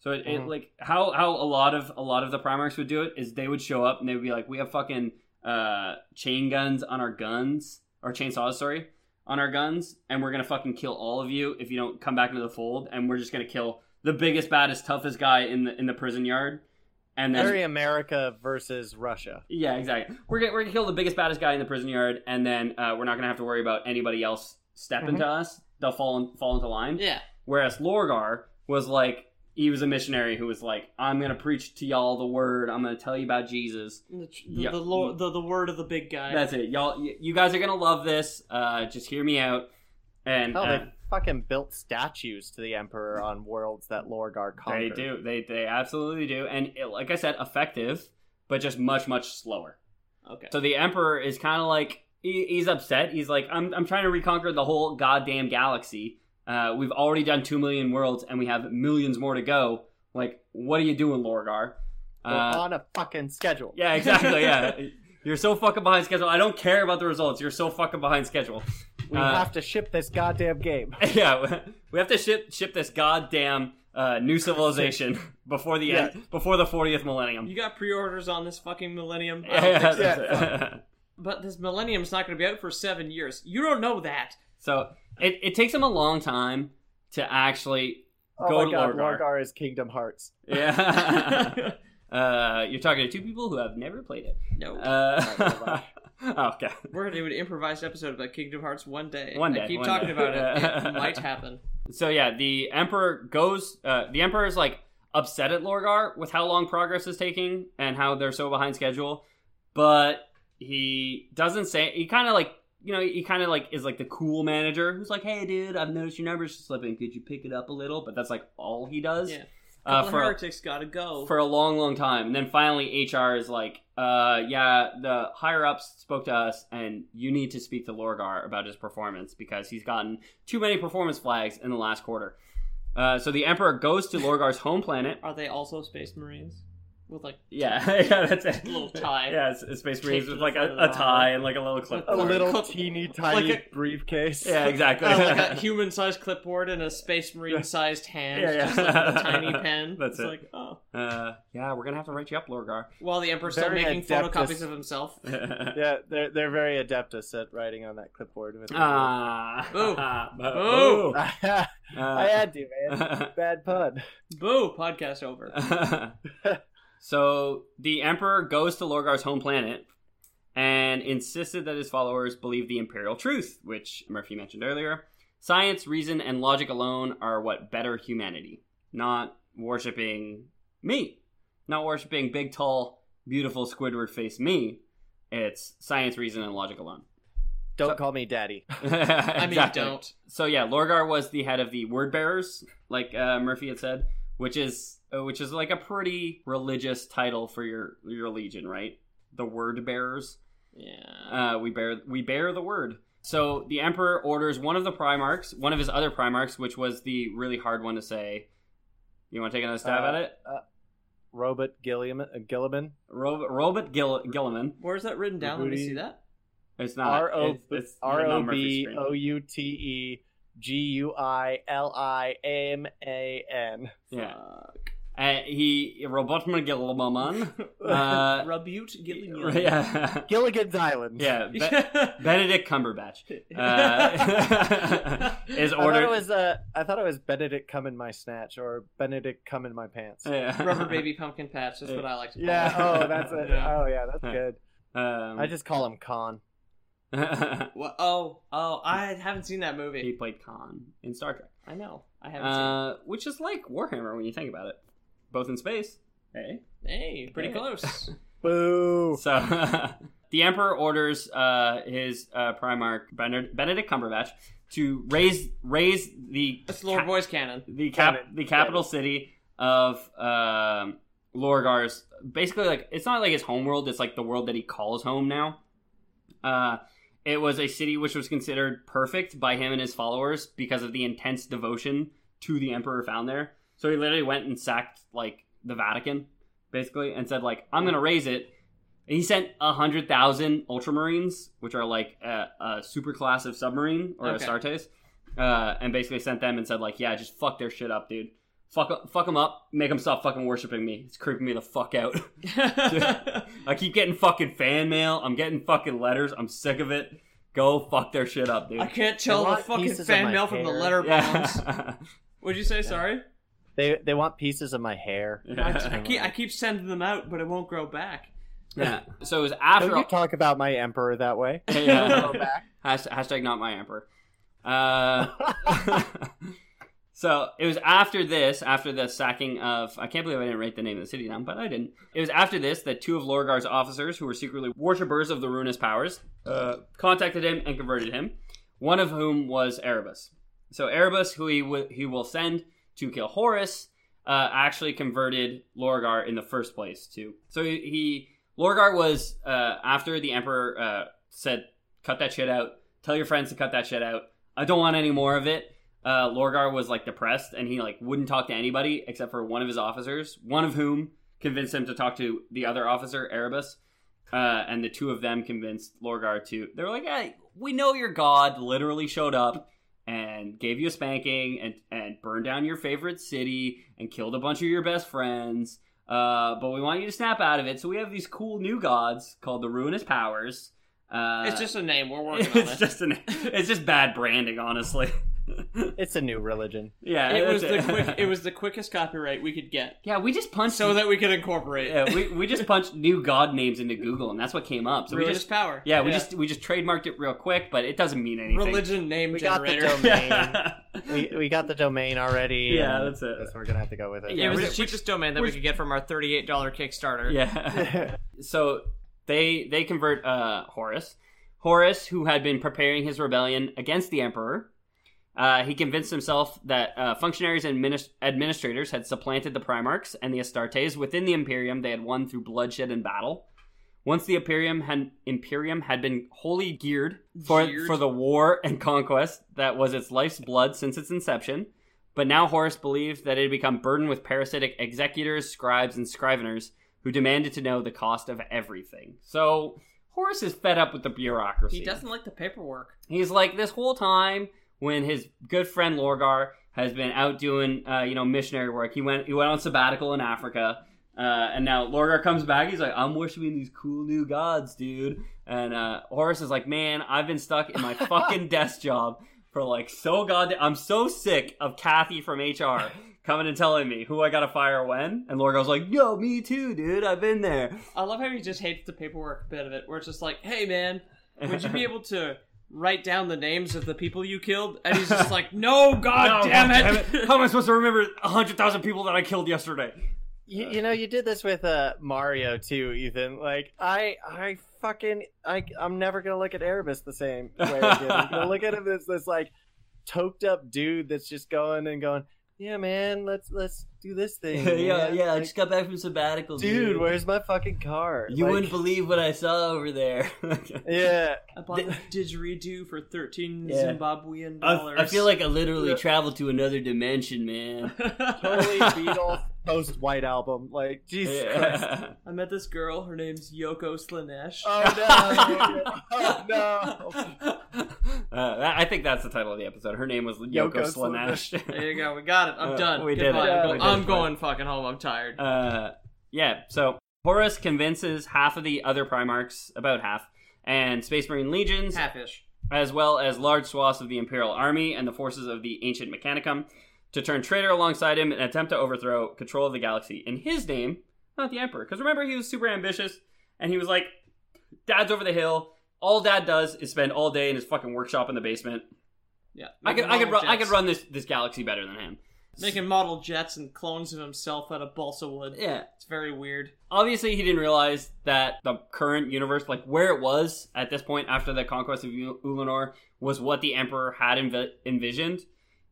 Speaker 1: So it, it
Speaker 3: Mhm.
Speaker 1: like how how a lot of a lot of the Primarchs would do it is they would show up and they would be like, we have fucking uh, chain guns on our guns or chainsaws, sorry, on our guns, and we're gonna fucking kill all of you if you don't come back into the fold, and we're just gonna kill the biggest, baddest, toughest guy in the in the prison yard. And then
Speaker 3: Very America versus Russia.
Speaker 1: yeah, exactly. We're gonna, we're gonna kill the biggest, baddest guy in the prison yard, and then uh, we're not gonna have to worry about anybody else stepping
Speaker 3: Mm-hmm.
Speaker 1: to us. They'll fall in, fall into line.
Speaker 2: yeah.
Speaker 1: Whereas Lorgar was like, he was a missionary who was like, I'm gonna preach to y'all the word. I'm gonna tell you about Jesus.
Speaker 2: The, tr- the,
Speaker 1: Yeah.
Speaker 2: the, lo- the the word of the big guy.
Speaker 1: That's it, y'all. Y- you guys are gonna love this. Uh, just hear me out. And
Speaker 3: Oh,
Speaker 1: uh,
Speaker 3: they fucking built statues to the emperor on worlds that Lorgar
Speaker 1: they
Speaker 3: conquered.
Speaker 1: do. They they absolutely do. And it, like I said, effective, but just much much slower.
Speaker 2: okay.
Speaker 1: So the Emperor is kind of like he, he's upset. He's like, I'm I'm trying to reconquer the whole goddamn galaxy. Uh, we've already done two million worlds, and we have millions more to go. Like, what are you doing, Lorgar?
Speaker 3: We're
Speaker 1: Uh,
Speaker 3: on a fucking schedule.
Speaker 1: yeah, exactly. Yeah, you're so fucking behind schedule. I don't care about the results. You're so fucking behind schedule.
Speaker 3: We
Speaker 1: uh,
Speaker 3: have to ship this goddamn game.
Speaker 1: yeah, we have to ship ship this goddamn uh, new civilization before the end, before the 40th millennium.
Speaker 2: You got pre-orders on this fucking Millennium. I don't
Speaker 1: Yeah,
Speaker 2: think so.
Speaker 1: that's it.
Speaker 2: But this Millennium's not going to be out for seven years. You don't know that.
Speaker 1: So it, it takes him a long time to actually
Speaker 3: Oh
Speaker 1: go
Speaker 3: my
Speaker 1: to
Speaker 3: god,
Speaker 1: Lorgar.
Speaker 3: Lorgar is Kingdom Hearts.
Speaker 1: Yeah. uh, you're talking to two people who have never played it.
Speaker 2: No.
Speaker 1: Uh, okay.
Speaker 2: We're going to do an improvised episode about Kingdom Hearts one day.
Speaker 1: One
Speaker 2: I
Speaker 1: day,
Speaker 2: keep
Speaker 1: one
Speaker 2: talking
Speaker 1: day.
Speaker 2: about it. It might happen.
Speaker 1: So yeah, the emperor goes. Uh, the emperor is like upset at Lorgar with how long progress is taking and how they're so behind schedule, but he doesn't say. He kind of like you know he kind of like is like the cool manager who's like, hey dude, I've noticed your numbers slipping. Could you pick it up a little? But that's like all he does.
Speaker 2: Yeah.
Speaker 1: Uh,
Speaker 2: Couple
Speaker 1: for a-
Speaker 2: heretics got to go.
Speaker 1: for a long, long time. And then finally, HR is like, uh, yeah, the higher ups spoke to us, and you need to speak to Lorgar about his performance because he's gotten too many performance flags in the last quarter. Uh, so the Emperor goes to Lorgar's home planet.
Speaker 2: Are they also Space Marines? With like
Speaker 1: Yeah, yeah, that's it.
Speaker 2: Little tie.
Speaker 1: Yeah, it's, it's Space Marines with like
Speaker 2: Taped to
Speaker 1: a,
Speaker 2: the
Speaker 1: a
Speaker 2: front of the
Speaker 1: tie and like a little clip.
Speaker 3: A
Speaker 2: Lorgar.
Speaker 3: little
Speaker 2: Cook-
Speaker 3: teeny tiny
Speaker 2: like
Speaker 3: briefcase.
Speaker 1: Yeah, exactly.
Speaker 2: uh, like a human-sized clipboard and a Space Marine-sized hand,
Speaker 1: Yeah, yeah.
Speaker 2: just like a tiny pen.
Speaker 1: That's
Speaker 2: it's
Speaker 1: it.
Speaker 2: like oh.
Speaker 1: uh, yeah, we're gonna have to write you up, Lorgar.
Speaker 2: While the Emperor's still
Speaker 3: Very
Speaker 2: making
Speaker 3: adeptus.
Speaker 2: photocopies of himself.
Speaker 3: Yeah, they're they're very adeptus at writing on that clipboard. With
Speaker 1: Ah, Uh,
Speaker 2: Boo.
Speaker 1: boo.
Speaker 3: I
Speaker 1: Uh,
Speaker 3: had to, man. Bad pun.
Speaker 2: Boo! Podcast over.
Speaker 1: so the emperor goes to Lorgar's home planet and insisted that his followers believe the imperial truth, which Murphy mentioned earlier. Science, reason, and logic alone are what better humanity, not worshiping me, not worshiping big, tall, beautiful Squidward face me. It's science, reason, and logic alone.
Speaker 3: Don't call me daddy.
Speaker 2: I mean,
Speaker 1: Exactly
Speaker 2: don't.
Speaker 1: so yeah, Lorgar was the head of the word bearers, like uh, Murphy had said, which is uh, which is like a pretty religious title for your your legion, right? The word bearers.
Speaker 2: Yeah.
Speaker 1: Uh, we bear we bear the word. So the emperor orders one of the primarchs, one of his other primarchs, which was the really hard one to say. You want to take another stab
Speaker 3: Uh,
Speaker 1: at it?
Speaker 3: Robot Gilliam uh, Gilliman.
Speaker 1: Ro- Robert Gill- Gilliman.
Speaker 2: Where's that written down? Let me
Speaker 3: Rudy.
Speaker 2: see that.
Speaker 1: It's not
Speaker 3: R O
Speaker 1: it's- it's
Speaker 3: R
Speaker 1: written
Speaker 3: O
Speaker 1: on Murphy's
Speaker 3: B
Speaker 1: screen.
Speaker 3: O U T E G U I L I M A N.
Speaker 1: Yeah,
Speaker 2: Uh,
Speaker 1: uh, he Robert Gilliman. Uh,
Speaker 2: Rabute Gilliam.
Speaker 1: yeah,
Speaker 3: Gilligan's Island.
Speaker 1: yeah. Be- Benedict Cumberbatch uh, is
Speaker 3: I thought
Speaker 1: ordered.
Speaker 3: it was uh, I thought it was Benedict come in my snatch or Benedict come in my pants.
Speaker 1: Yeah.
Speaker 2: Rubber baby pumpkin patch. That's what I like to call
Speaker 3: Yeah.
Speaker 2: it.
Speaker 3: Oh, that's it.
Speaker 2: Yeah.
Speaker 3: Oh, yeah. That's good.
Speaker 1: Um,
Speaker 3: I just call him Con.
Speaker 2: Wha- oh, oh, I haven't seen that movie.
Speaker 1: he played Khan in Star Trek,
Speaker 2: I know. I haven't
Speaker 1: uh, which is like Warhammer when you think about it, both in space. Hey.
Speaker 2: seen it. Hey, pretty
Speaker 1: yeah.
Speaker 2: close.
Speaker 3: Boo.
Speaker 1: So the Emperor orders uh, his uh, Primarch Bened- Benedict Cumberbatch to raise raise the
Speaker 2: That's Lord Boy's canon.
Speaker 1: the cap
Speaker 3: Got it.
Speaker 1: the capital city of um, Lorgar's basically like it's not like his home world it's like the world that he calls home now. Uh, it was a city which was considered perfect by him and his followers because of the intense devotion to the emperor found there. So he literally went and sacked like the Vatican basically and said like I'm gonna raise it. And he sent a hundred thousand Ultramarines, which are like a, a super class of submarine or
Speaker 2: Okay.
Speaker 1: Astartes uh, and basically sent them and said like, yeah, just fuck their shit up, dude. Fuck, fuck them up. Make them stop fucking worshiping me. It's creeping me the fuck out. I keep getting fucking fan mail. I'm getting fucking letters. I'm sick of it. Go fuck their shit up, dude.
Speaker 2: I can't tell
Speaker 3: They
Speaker 2: the
Speaker 3: want
Speaker 2: fucking
Speaker 3: pieces of
Speaker 2: fan
Speaker 3: my
Speaker 2: mail from the
Speaker 3: hair.
Speaker 2: letter bombs.
Speaker 1: yeah.
Speaker 2: Would you say sorry?
Speaker 3: They they want pieces of my hair.
Speaker 2: I, I keep, I keep sending them out, but it won't grow back.
Speaker 1: yeah. So it was after
Speaker 3: Don't you talk about my emperor that way.
Speaker 1: Yeah.
Speaker 3: Go back.
Speaker 1: Hashtag, hashtag not my emperor. Uh, so it was after this, after the sacking of, I can't believe I didn't write the name of the city down, but I didn't. It was after this that two of Lorgar's officers, who were secretly worshippers of the ruinous powers, uh, contacted him and converted him. One of whom was Erebus. So Erebus, who he wi- he will send to kill Horus, uh, actually converted Lorgar in the first place too. So he, he Lorgar was uh, after the Emperor uh, said, "Cut that shit out. Tell your friends to cut that shit out. I don't want any more of it." Uh, Lorgar was like depressed, and he like wouldn't talk to anybody except for one of his officers, one of whom convinced him to talk to the other officer, Erebus. Uh, and the two of them convinced Lorgar to. They were like, hey, "We know your god literally showed up and gave you a spanking and and burned down your favorite city and killed a bunch of your best friends. Uh, but we want you to snap out of it. So we have these cool new gods called the Ruinous Powers. Uh,
Speaker 2: it's just a name. We're working on
Speaker 1: it's
Speaker 2: it.
Speaker 1: just an it's just bad branding, honestly.
Speaker 3: It's a new religion.
Speaker 1: yeah,
Speaker 2: it was the
Speaker 1: that's
Speaker 2: quick. It was the quickest copyright we could get,
Speaker 1: yeah. We just punched
Speaker 2: so that we could incorporate.
Speaker 1: yeah, we we just punched new god names into Google, and that's what came up. So we
Speaker 2: religious
Speaker 1: just
Speaker 2: power.
Speaker 1: yeah, we just we just trademarked it real quick, but it doesn't mean anything.
Speaker 2: religion name
Speaker 3: We got the
Speaker 2: generator.
Speaker 3: domain. we, we got the domain already.
Speaker 1: Yeah,
Speaker 3: and
Speaker 1: that's it.
Speaker 3: That's we're gonna have to go with it.
Speaker 2: it was
Speaker 1: we're-
Speaker 2: the cheapest domain that we
Speaker 1: we're-
Speaker 2: could get from our thirty-eight dollar Kickstarter.
Speaker 1: yeah. so they they convert uh Horus. Horus, who had been preparing his rebellion against the emperor, uh, he convinced himself that uh, functionaries and minis- administrators had supplanted the primarchs and the Astartes within the Imperium they had won through bloodshed and battle. Once the Imperium had, Imperium had been wholly geared for,
Speaker 2: Geared?
Speaker 1: for the war and conquest that was its life's blood since its inception, but now Horus believed that it had become burdened with parasitic executors, scribes, and scriveners who demanded to know the cost of everything. So Horus is fed up with the bureaucracy.
Speaker 2: He doesn't like the paperwork.
Speaker 1: He's like this whole time when his good friend Lorgar has been out doing uh, you know missionary work. He went he went on sabbatical in Africa. Uh, and now Lorgar comes back. He's like, I'm worshiping these cool new gods, dude. And uh, Horus is like, man, I've been stuck in my fucking desk job for like so goddamn. I'm so sick of Kathy from HR coming and telling me who I gotta fire when. And Lorgar's like, yo, me too, dude. I've been there.
Speaker 2: I love how he just hates the paperwork bit of it, where it's just like, "Hey, man, would you be able to write down the names of the people you killed?" And he's just like, "No, god
Speaker 1: No,
Speaker 2: damn
Speaker 1: God
Speaker 2: it!"
Speaker 1: damn it. How am I supposed to remember 100,000 people that I killed yesterday?
Speaker 3: You, you know, you did this with uh, Mario too, Ethan. Like, I, I fucking, I, I'm never gonna look at Erebus the same way again. I'm gonna look at him as this like toked up dude that's just going and going. Yeah, man, let's let's do this thing. man." Like,
Speaker 1: got back from sabbatical,
Speaker 3: dude, where's my fucking car? Like,
Speaker 1: believe what I saw over there.
Speaker 3: Yeah,
Speaker 2: I bought a didgeridoo for thirteen
Speaker 1: Yeah.
Speaker 2: Zimbabwean dollars.
Speaker 1: like I literally traveled to another dimension, man.
Speaker 3: totally Beatles post White album. Like, Jesus Christ.
Speaker 2: I met this girl. Her name's Yoko Slanesh.
Speaker 3: Oh no! oh no!
Speaker 1: Uh, that- I think that's the title of the episode. Her name was Yoko,
Speaker 3: Yoko
Speaker 1: Slanesh.
Speaker 2: there you go. We got it. I'm
Speaker 1: Uh,
Speaker 2: done.
Speaker 1: we did
Speaker 2: Goodbye.
Speaker 1: it.
Speaker 2: I'm,
Speaker 3: We
Speaker 2: go-
Speaker 3: did
Speaker 2: I'm
Speaker 1: it.
Speaker 2: going fucking home. I'm tired.
Speaker 1: uh, yeah, so Horus convinces half of the other Primarchs, about half, and Space Marine Legions,
Speaker 2: Halfish.
Speaker 1: as well as large swaths of the Imperial army and the forces of the ancient Mechanicum, to turn traitor alongside him and attempt to overthrow control of the galaxy in his name, not the Emperor. Because remember, he was super ambitious, and he was like, Dad's over the hill. All Dad does is spend all day in his fucking workshop in the basement.
Speaker 2: Yeah.
Speaker 1: I could,
Speaker 2: Making
Speaker 1: I could,
Speaker 2: model
Speaker 1: run, I could
Speaker 2: jets.
Speaker 1: run this this galaxy better than him.
Speaker 2: Making model jets and clones of himself out of balsa wood.
Speaker 1: Yeah.
Speaker 2: It's very weird.
Speaker 1: obviously he didn't realize that the current universe like where it was at this point after the conquest of U- Ulanor was what the emperor had envi- envisioned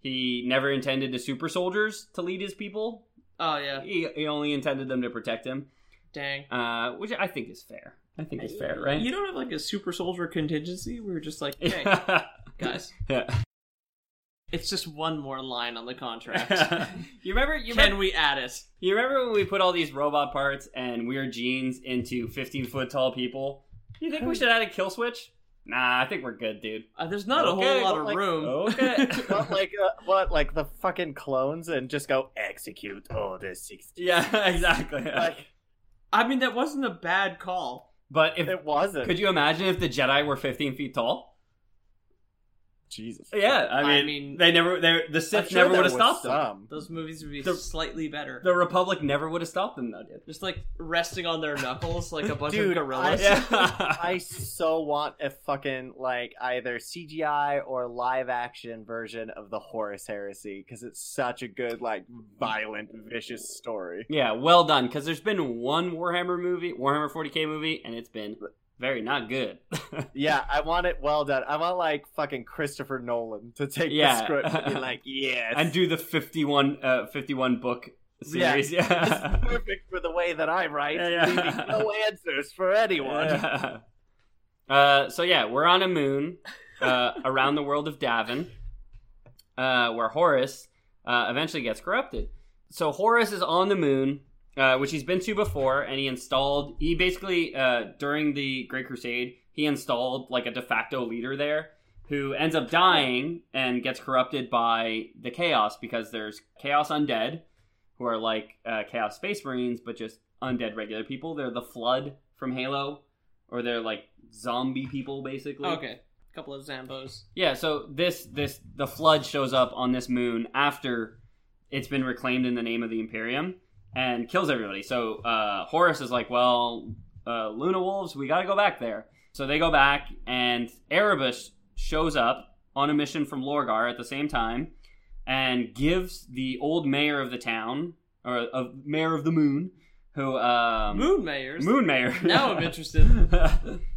Speaker 1: he never intended the super soldiers to lead his people
Speaker 2: Oh yeah.
Speaker 1: he, he only intended them to protect him
Speaker 2: Dang.
Speaker 1: uh, which i think is fair i think is fair right
Speaker 2: You don't have like a super soldier contingency. We were just like, hey, guys,
Speaker 1: Yeah.
Speaker 2: it's just one more line on the contract.
Speaker 1: you remember you remember,
Speaker 2: Can we add it?
Speaker 1: you remember when we put all these robot parts and weird genes into 15 foot tall people you think we should add a kill switch nah i think we're good dude
Speaker 2: Uh, there's not
Speaker 1: Okay,
Speaker 2: a whole lot
Speaker 3: well,
Speaker 2: of
Speaker 3: like-
Speaker 2: room.
Speaker 1: Okay.
Speaker 3: What like uh, what like the fucking clones and just go execute order sixty.
Speaker 1: yeah, exactly.
Speaker 3: Like
Speaker 2: I mean, that wasn't a bad call.
Speaker 1: but if
Speaker 3: it wasn't.
Speaker 1: could you imagine if the Jedi were 15 feet tall?
Speaker 3: Jesus.
Speaker 1: Yeah, I mean,
Speaker 2: I mean-
Speaker 1: they never, they the
Speaker 3: I'm
Speaker 1: Sith
Speaker 3: sure
Speaker 1: never
Speaker 3: there
Speaker 1: would have
Speaker 3: was
Speaker 1: stopped them.
Speaker 3: some.
Speaker 2: Those movies would be
Speaker 1: The-
Speaker 2: slightly better.
Speaker 1: The Republic never would have stopped them, though, dude.
Speaker 2: just like resting on their knuckles like a bunch
Speaker 3: Dude,
Speaker 2: of gorillas.
Speaker 3: I- I so want a fucking like either CGI or live action version of the Horus Heresy because it's such a good like violent vicious story.
Speaker 1: yeah, well done. Because there's been one Warhammer movie, Warhammer 40k movie, and it's been very not good.
Speaker 3: Yeah, I want it well done. I want like fucking Christopher Nolan to take
Speaker 1: Yeah.
Speaker 3: the script and be like, yes,
Speaker 1: and do the 51, uh, 51 book
Speaker 3: Yeah.
Speaker 1: series.
Speaker 3: It's
Speaker 1: Yeah.
Speaker 3: perfect for the way that I write.
Speaker 1: Yeah, yeah.
Speaker 3: leaving no answers for anyone.
Speaker 1: Uh, so yeah, we're on a moon uh, around the world of Davin, uh, where Horus uh, eventually gets corrupted. So Horus is on the moon, uh, which he's been to before, and he installed. He basically uh, during the Great Crusade, he installed like a de facto leader there who ends up dying and gets corrupted by the chaos because there's chaos undead who are like uh, chaos space marines but just undead regular people they're the flood from halo or they're like zombie people basically.
Speaker 2: Okay. A couple of Zambos.
Speaker 1: Yeah, so this this the flood shows up on this moon after it's been reclaimed in the name of the Imperium and kills everybody. So uh, Horus is like, well, uh, Luna Wolves, we got to go back there. So they go back, and Erebus shows up on a mission from Lorgar at the same time, and gives the old mayor of the town or of mayor of the moon, who um,
Speaker 2: Moon Mayors.
Speaker 1: moon mayor.
Speaker 2: Now I'm interested.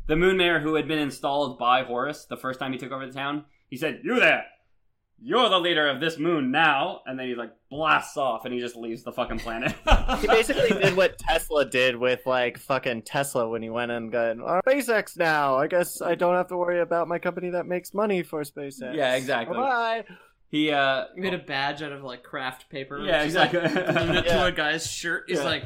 Speaker 1: the moon mayor who had been installed by Horus the first time he took over the town, he said, You there! You're the leader of this moon now! And then he like blasts off and he just leaves the fucking planet.
Speaker 3: He basically did what Tesla did with like fucking Tesla when he went and got "Oh, SpaceX now. I guess I don't have to worry about my company that makes money for SpaceX.
Speaker 1: Yeah, exactly.
Speaker 3: Bye.
Speaker 1: He uh
Speaker 2: You made a badge out of like craft paper.
Speaker 1: Yeah,
Speaker 2: which is, like,
Speaker 1: exactly.
Speaker 2: glued it
Speaker 3: Yeah.
Speaker 2: to a guy's shirt. He's
Speaker 1: Yeah.
Speaker 2: like,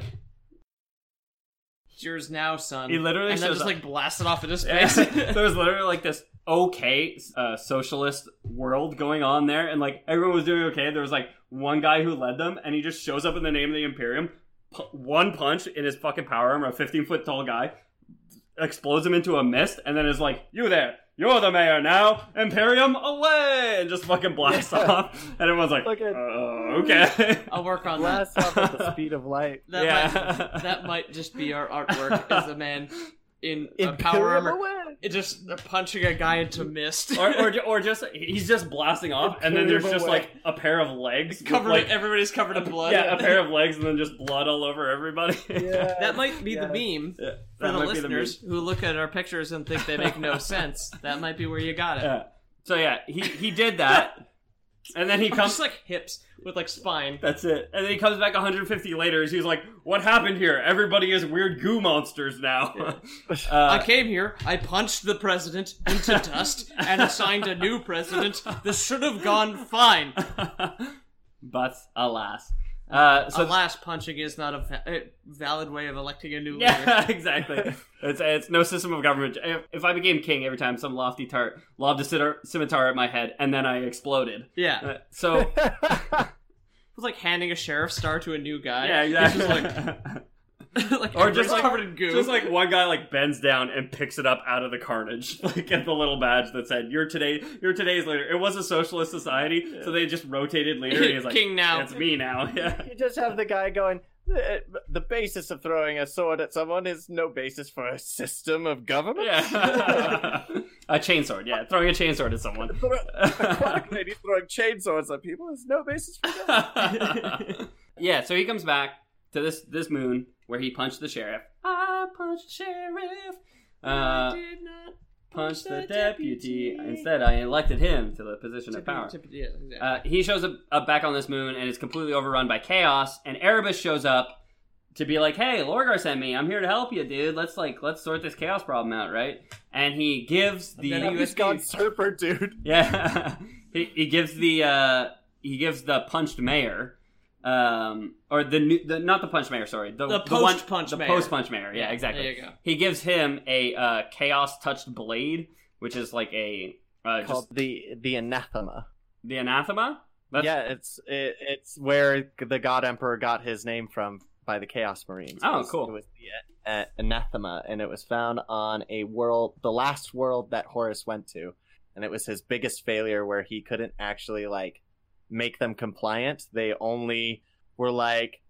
Speaker 2: "It's "Yours now, son."
Speaker 1: He literally
Speaker 2: and then
Speaker 1: shows
Speaker 2: just
Speaker 1: up-
Speaker 2: like blasted off into
Speaker 1: Yeah.
Speaker 2: space.
Speaker 1: there was literally like this okay uh, socialist world going on there, and like everyone was doing okay. There was like one guy who led them, and he just shows up in the name of the Imperium, pu- one punch in his fucking power armor, a 15 foot tall guy, explodes him into a mist, and then is like, You there, you're the mayor now, Imperium away! And just fucking blasts
Speaker 3: Yeah.
Speaker 1: off, and everyone's like,
Speaker 3: Fucking-
Speaker 1: "Uh, Okay.
Speaker 2: I'll work on that.
Speaker 3: Blast off at the speed of light.
Speaker 2: Oh, That,
Speaker 1: Yeah.
Speaker 2: might, that might just be our artwork as a man in a power
Speaker 3: Imperium
Speaker 2: armor,
Speaker 3: away.
Speaker 2: it just punching a guy into mist,
Speaker 1: Or, or, ju- or just he's just blasting off, and then there's just like a pair of legs with,
Speaker 2: covered.
Speaker 1: like,
Speaker 2: everybody's covered in blood.
Speaker 1: Yeah, a pair of legs and then just blood all over everybody.
Speaker 3: Yeah.
Speaker 2: that might be the
Speaker 3: Yeah.
Speaker 2: meme
Speaker 1: Yeah,
Speaker 2: for
Speaker 1: that
Speaker 2: the
Speaker 1: might be
Speaker 2: listeners
Speaker 1: meme.
Speaker 2: who look at our pictures and think they make no sense. That might be where you got it.
Speaker 1: Yeah. So yeah, he he did that, and then he
Speaker 2: Comes
Speaker 1: comes.
Speaker 2: like hips with like spine.
Speaker 1: That's it. And then he comes back 150 later. He's like, "What happened here? Everybody is weird goo monsters now." Uh,
Speaker 2: I came here, I punched the president into dust, and assigned a new president. This should have gone fine.
Speaker 1: but alas, uh, so
Speaker 2: Alas, punching is not a va- a valid way of electing a new leader.
Speaker 1: Yeah, exactly. It's, it's no system of government. If, if I became king every time some lofty tart lobbed a scimitar- scimitar at my head and then I exploded.
Speaker 2: Yeah.
Speaker 1: Uh, so
Speaker 2: It was like handing a sheriff star to a new guy.
Speaker 1: yeah,
Speaker 2: It's
Speaker 1: exactly.
Speaker 2: Just like, like
Speaker 1: or just
Speaker 2: everybody's
Speaker 1: like
Speaker 2: covered in goo.
Speaker 1: Just like one guy like bends down and picks it up out of the carnage, like at the little badge that said "You're today, you're today's leader." It was a socialist society, so they just rotated leader. And he's like,
Speaker 2: King now.
Speaker 1: It's me now. Yeah.
Speaker 3: You just have the guy going. "The- The basis of throwing a sword at someone is no basis for a system of government.
Speaker 1: Yeah. a chainsword. Yeah, throwing a chainsword at someone.
Speaker 3: Aquatic lady throwing chainsaws at people is no basis for government.
Speaker 1: yeah, so he comes back to this this moon where he punched the sheriff. I punched the sheriff.
Speaker 2: I
Speaker 1: Uh,
Speaker 2: did not
Speaker 1: punched the deputy. Instead, I elected him to the position of power.
Speaker 2: Deputy- yeah, exactly.
Speaker 1: Uh, he shows up, up back on this moon and is completely overrun by chaos. And Erebus shows up to be like, "Hey, Lorgar sent me. I'm here to help you, dude. Let's like let's sort this chaos problem out, right?" And he gives the
Speaker 2: Then he
Speaker 3: He's gone surfer, dude.
Speaker 1: yeah. he, he gives the uh, he gives the punched mayor, um, or the, new, the not the punched mayor. Sorry, the,
Speaker 2: The
Speaker 1: one-
Speaker 2: post-punch
Speaker 1: the
Speaker 2: mayor.
Speaker 1: post punch mayor. Yeah,
Speaker 2: Yeah,
Speaker 1: exactly.
Speaker 2: there you go.
Speaker 1: He gives him a uh, chaos touched blade, which is like a uh, just
Speaker 3: Called the the anathema.
Speaker 1: the anathema. That's,
Speaker 3: yeah, it's it, it's where the god emperor got his name from by the chaos marines.
Speaker 1: Oh,
Speaker 3: It was-
Speaker 1: cool.
Speaker 3: It was the uh, anathema, and it was found on a world, the last world that Horus went to, and it was his biggest failure where he couldn't actually like make them compliant. They only were like,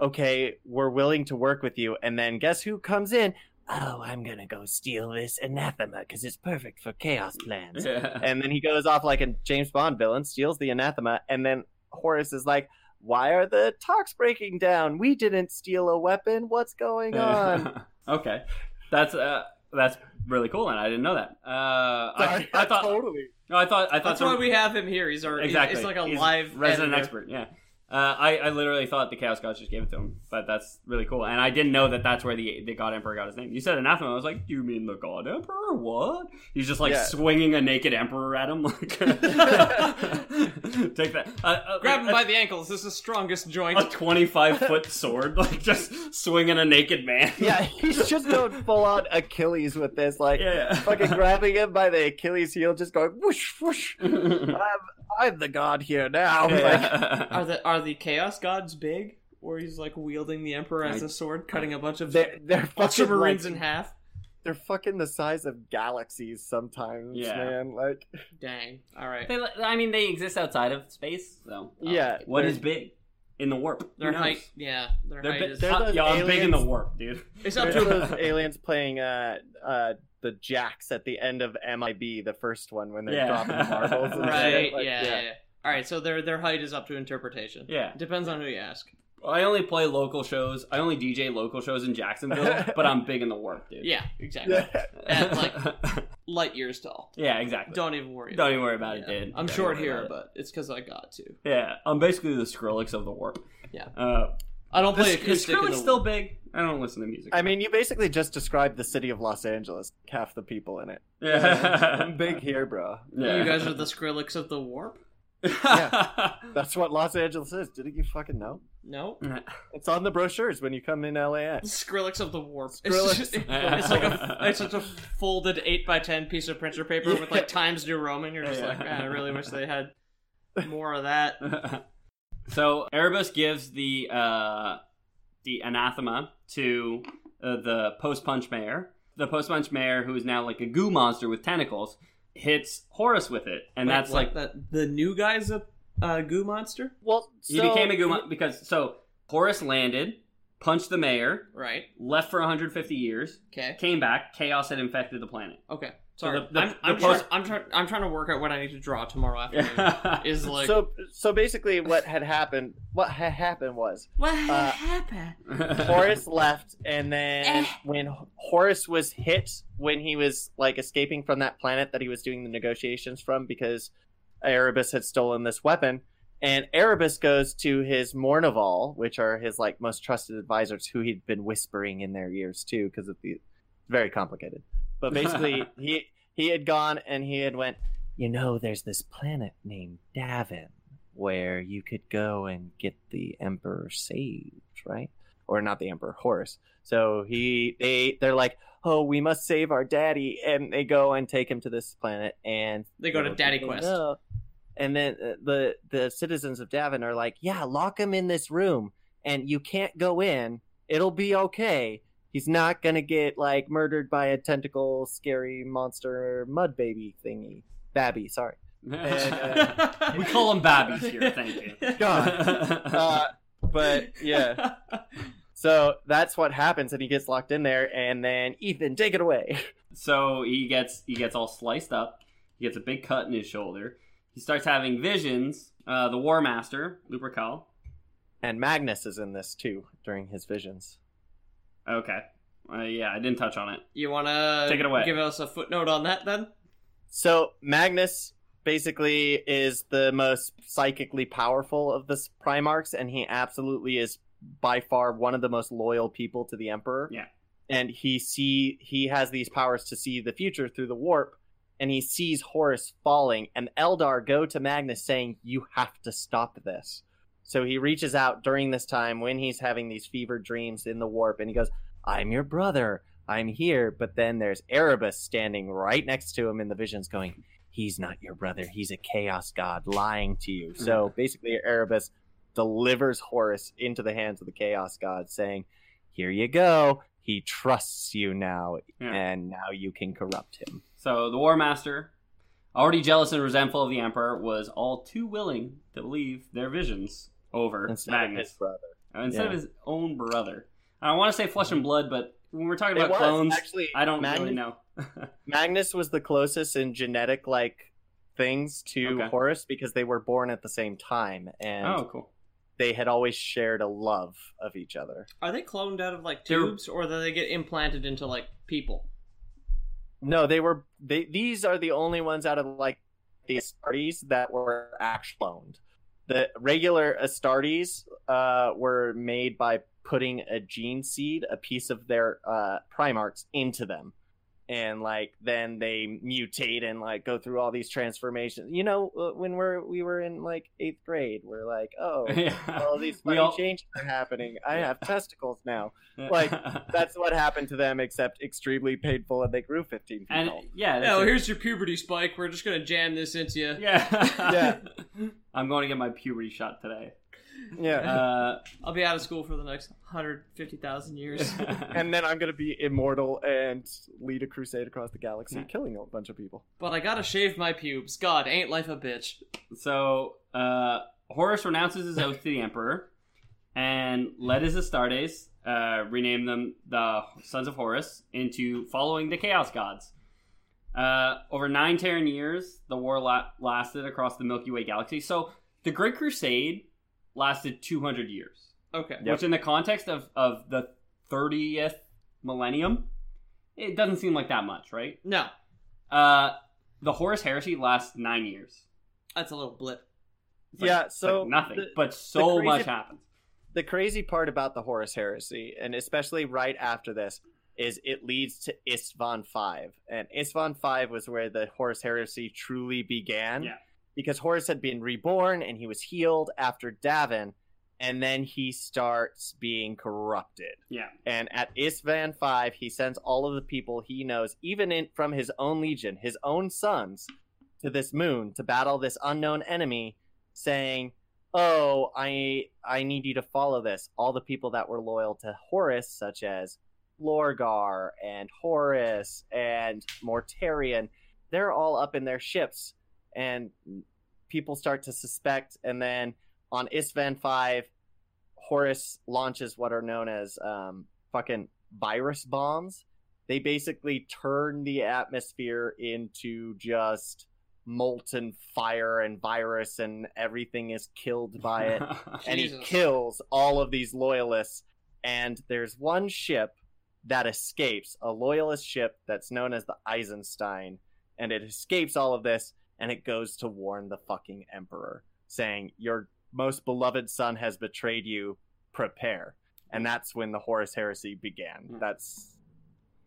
Speaker 3: okay, we're willing to work with you, and then guess who comes in? Oh, I'm gonna go steal this anathema because it's perfect for chaos plans
Speaker 1: Yeah.
Speaker 3: and then he goes off like a James Bond villain, steals the anathema, and then Horace is like, "Why are the talks breaking down? We didn't steal a weapon. What's going on?"
Speaker 1: okay, that's uh, that's really cool, and I didn't know that. Uh, I,
Speaker 3: Sorry,
Speaker 1: I thought
Speaker 3: totally.
Speaker 1: no, I thought I thought
Speaker 2: That's
Speaker 1: some-
Speaker 2: why we have him here. He's our he's-
Speaker 1: exactly.
Speaker 2: He's like a
Speaker 1: He's
Speaker 2: live
Speaker 1: resident
Speaker 2: editor.
Speaker 1: expert. Yeah. Uh, I, I literally thought the Chaos Gods just gave it to him, but that's really cool. And I didn't know that that's where the the God Emperor got his name. You said anathema. I was like, you mean the God Emperor? What? He's just like
Speaker 3: Yeah.
Speaker 1: swinging a naked emperor at him. Like, take that. Uh, uh,
Speaker 2: Grab him
Speaker 1: like,
Speaker 2: by the ankles. This is the strongest joint.
Speaker 1: a twenty-five foot sword, like just swinging a naked man.
Speaker 3: Yeah, he's just going full on Achilles with this, like
Speaker 1: yeah.
Speaker 3: fucking grabbing him by the Achilles heel, just going whoosh whoosh. I'm I'm the god here now. Like,
Speaker 2: Are the are the chaos gods big? Or he's like wielding the emperor as a sword, cutting a bunch of
Speaker 3: they're they're fucking
Speaker 2: ultramarines
Speaker 3: like,
Speaker 2: in half.
Speaker 3: they're fucking the size of galaxies sometimes,
Speaker 1: Yeah.
Speaker 3: man. Like,
Speaker 2: Dang. All right.
Speaker 1: They, li- I mean, they exist outside of space, so uh,
Speaker 3: yeah,
Speaker 1: What
Speaker 3: they're-
Speaker 1: is big in the warp? Who
Speaker 2: Their
Speaker 1: knows?
Speaker 2: height. Yeah. Their
Speaker 1: They're
Speaker 2: height
Speaker 1: bi-
Speaker 2: is.
Speaker 3: They're
Speaker 1: uh,
Speaker 3: those
Speaker 1: yo, I'm big in the
Speaker 3: aliens-
Speaker 1: warp, dude.
Speaker 2: It's up
Speaker 3: They're
Speaker 2: to
Speaker 3: those aliens playing uh, uh, the jacks at the end of MIB, the first one, when they're
Speaker 1: Yeah.
Speaker 3: dropping marbles. And
Speaker 2: right.
Speaker 3: shit. Like,
Speaker 2: yeah, yeah. yeah. All right. So their their height is up to interpretation.
Speaker 1: Yeah.
Speaker 2: Depends on who you ask.
Speaker 1: I only play local shows. I only DJ local shows in Jacksonville, but I'm big in the warp, dude.
Speaker 2: Yeah. Exactly.
Speaker 3: yeah.
Speaker 2: At, like- Light years tall.
Speaker 1: yeah, exactly. Don't,
Speaker 2: Don't even worry.
Speaker 1: even worry about it,
Speaker 2: Yeah.
Speaker 1: dude.
Speaker 2: I'm
Speaker 1: Don't
Speaker 2: short
Speaker 1: even worry about
Speaker 2: here,
Speaker 1: it.
Speaker 2: but it's because I got to.
Speaker 1: yeah, I'm basically the Skrillex of the warp.
Speaker 2: Yeah.
Speaker 1: Uh,
Speaker 2: I don't
Speaker 1: the,
Speaker 2: play
Speaker 1: the
Speaker 2: acoustic. in
Speaker 1: Skrillex
Speaker 2: the-
Speaker 1: still big. I don't listen to music.
Speaker 3: I mean, you basically just described the city of Los Angeles, half the people in it.
Speaker 1: yeah,
Speaker 3: I'm big here, bro.
Speaker 1: Yeah.
Speaker 2: You guys are the Skrillex of the warp.
Speaker 3: That's what Los Angeles is. Didn't you fucking know?
Speaker 2: No.
Speaker 3: It's on the brochures when you come in LAX.
Speaker 2: Skrillex of the warp.
Speaker 3: Skrillex.
Speaker 2: It's, just, it's like a it's just a folded eight by ten piece of printer paper with like Times New Roman. You're just like, man, I really wish they had more of that.
Speaker 1: so Erebus gives the uh, the anathema to uh, the post punch mayor. The post punch mayor, who is now like a goo monster with tentacles, hits Horus with it, and that's like
Speaker 2: the, the new guy's a uh, goo monster,
Speaker 3: Well,
Speaker 1: he became a goo mon- because so Horus landed, punched the mayor,
Speaker 2: right?
Speaker 1: left for 150 years,
Speaker 2: Okay,
Speaker 1: came back, chaos had infected the planet.
Speaker 2: okay.
Speaker 1: So
Speaker 2: Sorry,
Speaker 1: the- the-
Speaker 2: I'm,
Speaker 1: the
Speaker 2: I'm,
Speaker 1: post-
Speaker 2: try- I'm, try- I'm trying to work out what I need to draw tomorrow afternoon.
Speaker 1: Yeah.
Speaker 2: Is like
Speaker 3: so so basically, what had happened? What had happened was
Speaker 2: what
Speaker 3: uh,
Speaker 2: happened?
Speaker 3: Horace left, and then when H- Horace was hit, when he was like escaping from that planet that he was doing the negotiations from, because Erebus had stolen this weapon, and Erebus goes to his Mornival, which are his like most trusted advisors, who he'd been whispering in their ears too, because of the very complicated. But basically, he he had gone and he had went. You know, there's this planet named Davin where you could go and get the Emperor saved, right? or not the emperor horus so he they they're like oh we must save our daddy and they go and take him to this planet and
Speaker 2: They go to Daddy Quest.
Speaker 3: No. and then uh, the the citizens of davin are like yeah lock him in this room and you can't go in it'll be okay he's not gonna get like murdered by a tentacle scary monster mud baby thingy babby sorry
Speaker 1: we call them babbies here, thank you.
Speaker 3: uh, but yeah so that's what happens and he gets locked in there and then ethan take it away
Speaker 1: So he gets he gets all sliced up. He gets a big cut in his shoulder. He starts having visions. Uh, the War Master Lupercal.
Speaker 3: And Magnus is in this too during his visions.
Speaker 1: Okay, uh, yeah, I didn't touch on it.
Speaker 2: You wanna
Speaker 1: Take it away.
Speaker 2: Give us a footnote on that then.
Speaker 3: So Magnus basically is the most psychically powerful of the s- Primarchs, and he absolutely is by far one of the most loyal people to the Emperor.
Speaker 1: Yeah.
Speaker 3: And he see he has these powers to see the future through the warp, and he sees Horus falling, and Eldar go to Magnus saying, "You have to stop this." So he reaches out during this time when he's having these fever dreams in the warp, and he goes, "I'm your brother. I'm here, but then there's Erebus standing right next to him in the visions going, He's not your brother. He's a chaos god lying to you. So basically, Erebus delivers Horus into the hands of the chaos god, saying, Here you go. He trusts you now,
Speaker 1: Yeah.
Speaker 3: and now you can corrupt him.
Speaker 1: So the War Master, already jealous and resentful of the Emperor, was all too willing to believe their visions over
Speaker 3: Instead of his
Speaker 1: Magnus
Speaker 3: brother.
Speaker 1: Uh, instead of
Speaker 3: yeah. Mm-hmm.
Speaker 1: his own brother. I want to say flesh and blood, but when we're talking
Speaker 3: It
Speaker 1: about
Speaker 3: was,
Speaker 1: clones,
Speaker 3: actually,
Speaker 1: I don't
Speaker 3: Magnus,
Speaker 1: really know.
Speaker 3: Magnus was the closest in genetic like things to
Speaker 1: Okay.
Speaker 3: Horus because they were born at the same time and
Speaker 1: oh, cool.
Speaker 3: they had always shared a love of each other.
Speaker 2: Are they cloned out of like
Speaker 1: They're-
Speaker 2: tubes, or do they get implanted into like people?
Speaker 3: No, they were they these are the only ones out of like the Astartes that were actually cloned. The regular Astartes uh, were made by putting a gene seed, a piece of their uh, Primarchs, into them, and like then they mutate and like go through all these transformations. You know, uh, when we're we were in like eighth grade, we're like, oh, all these
Speaker 1: We
Speaker 3: funny
Speaker 1: all-
Speaker 3: changes are happening. I
Speaker 1: Yeah.
Speaker 3: have testicles now. like, That's what happened to them, except extremely painful, and they grew fifteen feet
Speaker 1: and
Speaker 3: tall.
Speaker 1: yeah, that's
Speaker 2: No,
Speaker 1: it.
Speaker 2: here's your puberty spike. We're just gonna jam this into you.
Speaker 1: yeah,
Speaker 3: Yeah.
Speaker 1: I'm going to get my puberty shot today.
Speaker 3: Yeah.
Speaker 1: Uh,
Speaker 2: I'll be out of school for the next 150,000 years.
Speaker 3: and then I'm gonna be immortal and lead a crusade across the galaxy, killing a bunch of people.
Speaker 2: but I gotta shave my pubes. God, ain't life a bitch.
Speaker 1: So uh, Horus renounces his oath to the Emperor and led his Astartes, uh, rename them the Sons of Horus, into following the Chaos Gods. Uh, over nine Terran years, the war la- lasted across the Milky Way galaxy. So the Great Crusade lasted 200 years,
Speaker 2: Okay.
Speaker 3: Yep.
Speaker 1: which, in the context of, of the 30th millennium, it doesn't seem like that much, right?
Speaker 2: No,
Speaker 1: Uh, the Horus Heresy lasts nine years.
Speaker 2: that's a little blip.
Speaker 1: It's like-
Speaker 3: yeah,
Speaker 1: It's like
Speaker 3: so
Speaker 1: nothing,
Speaker 3: the-
Speaker 1: but so
Speaker 3: crazy-
Speaker 1: much happens.
Speaker 3: the crazy part about the Horus Heresy, and especially right after this, is it leads to Isvan Five, and Isvan Five was where the Horus Heresy truly began.
Speaker 1: Yeah.
Speaker 3: Because Horus had been reborn and he was healed after Davin, and then he starts being corrupted.
Speaker 1: Yeah.
Speaker 3: And at Isvan Five, he sends all of the people he knows, even in, from his own legion, his own sons, to this moon to battle this unknown enemy, saying, "Oh, I I need you to follow this." All the people that were loyal to Horus, such as Lorgar and Horus and Mortarion, they're all up in their ships, and people start to suspect. And then on Isvan Five, Horus launches what are known as um, fucking virus bombs. They basically turn the atmosphere into just molten fire and virus, and everything is killed by it. and he
Speaker 2: Jesus.
Speaker 3: kills all of these loyalists. And there's one ship that escapes, a loyalist ship that's known as the Eisenstein, and it escapes all of this and it goes to warn the fucking emperor, saying, "Your most beloved son has betrayed you. Prepare." And that's when the Horus Heresy began.
Speaker 1: Yeah.
Speaker 3: That's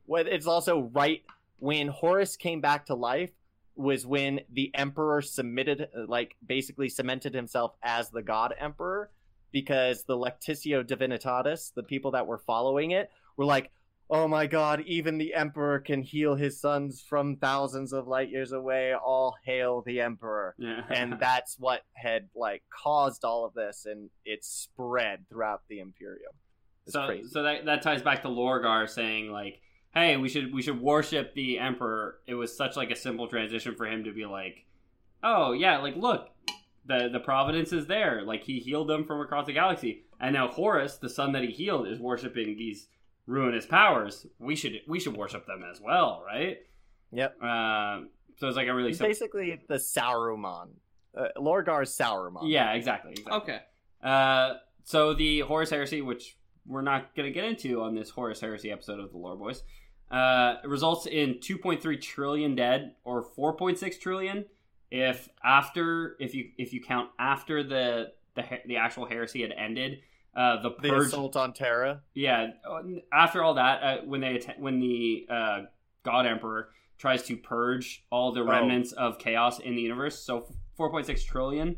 Speaker 3: what it's also right when Horus came back to life was when the emperor submitted like basically cemented himself as the god emperor because the lectitio divinitatis the people that were following it were like oh my god even the emperor can heal his sons from thousands of light years away all hail the emperor
Speaker 1: yeah.
Speaker 3: and that's what had like caused all of this and it spread throughout the imperium it's
Speaker 1: so
Speaker 3: crazy
Speaker 1: so that that ties back to Lorgar saying like, "Hey, we should we should worship the emperor." It was such like a simple transition for him to be like, "Oh yeah, like look, the the providence is there. Like he healed them from across the galaxy, and now Horus, the son that he healed, is worshiping these ruinous powers. We should we should worship them as well, right?"
Speaker 3: Yep.
Speaker 1: Um, so it's like a really
Speaker 3: He's
Speaker 1: simple.
Speaker 3: basically the sauruman uh, lorgar's sauruman
Speaker 1: Yeah, exactly. exactly.
Speaker 2: Okay.
Speaker 1: Uh, so the Horus Heresy, which we're not going to get into on this Horus Heresy episode of the Lore Boys, uh, results in 2.3 trillion dead, or 4.6 trillion if after if you if you count after the the he- the actual heresy had ended. Uh, the
Speaker 3: the
Speaker 1: purge,
Speaker 3: assault on terra
Speaker 1: yeah. uh, After all that, uh, when they atta- when the uh, God Emperor tries to purge all the
Speaker 3: Oh.
Speaker 1: remnants of chaos in the universe, so 4.6 trillion.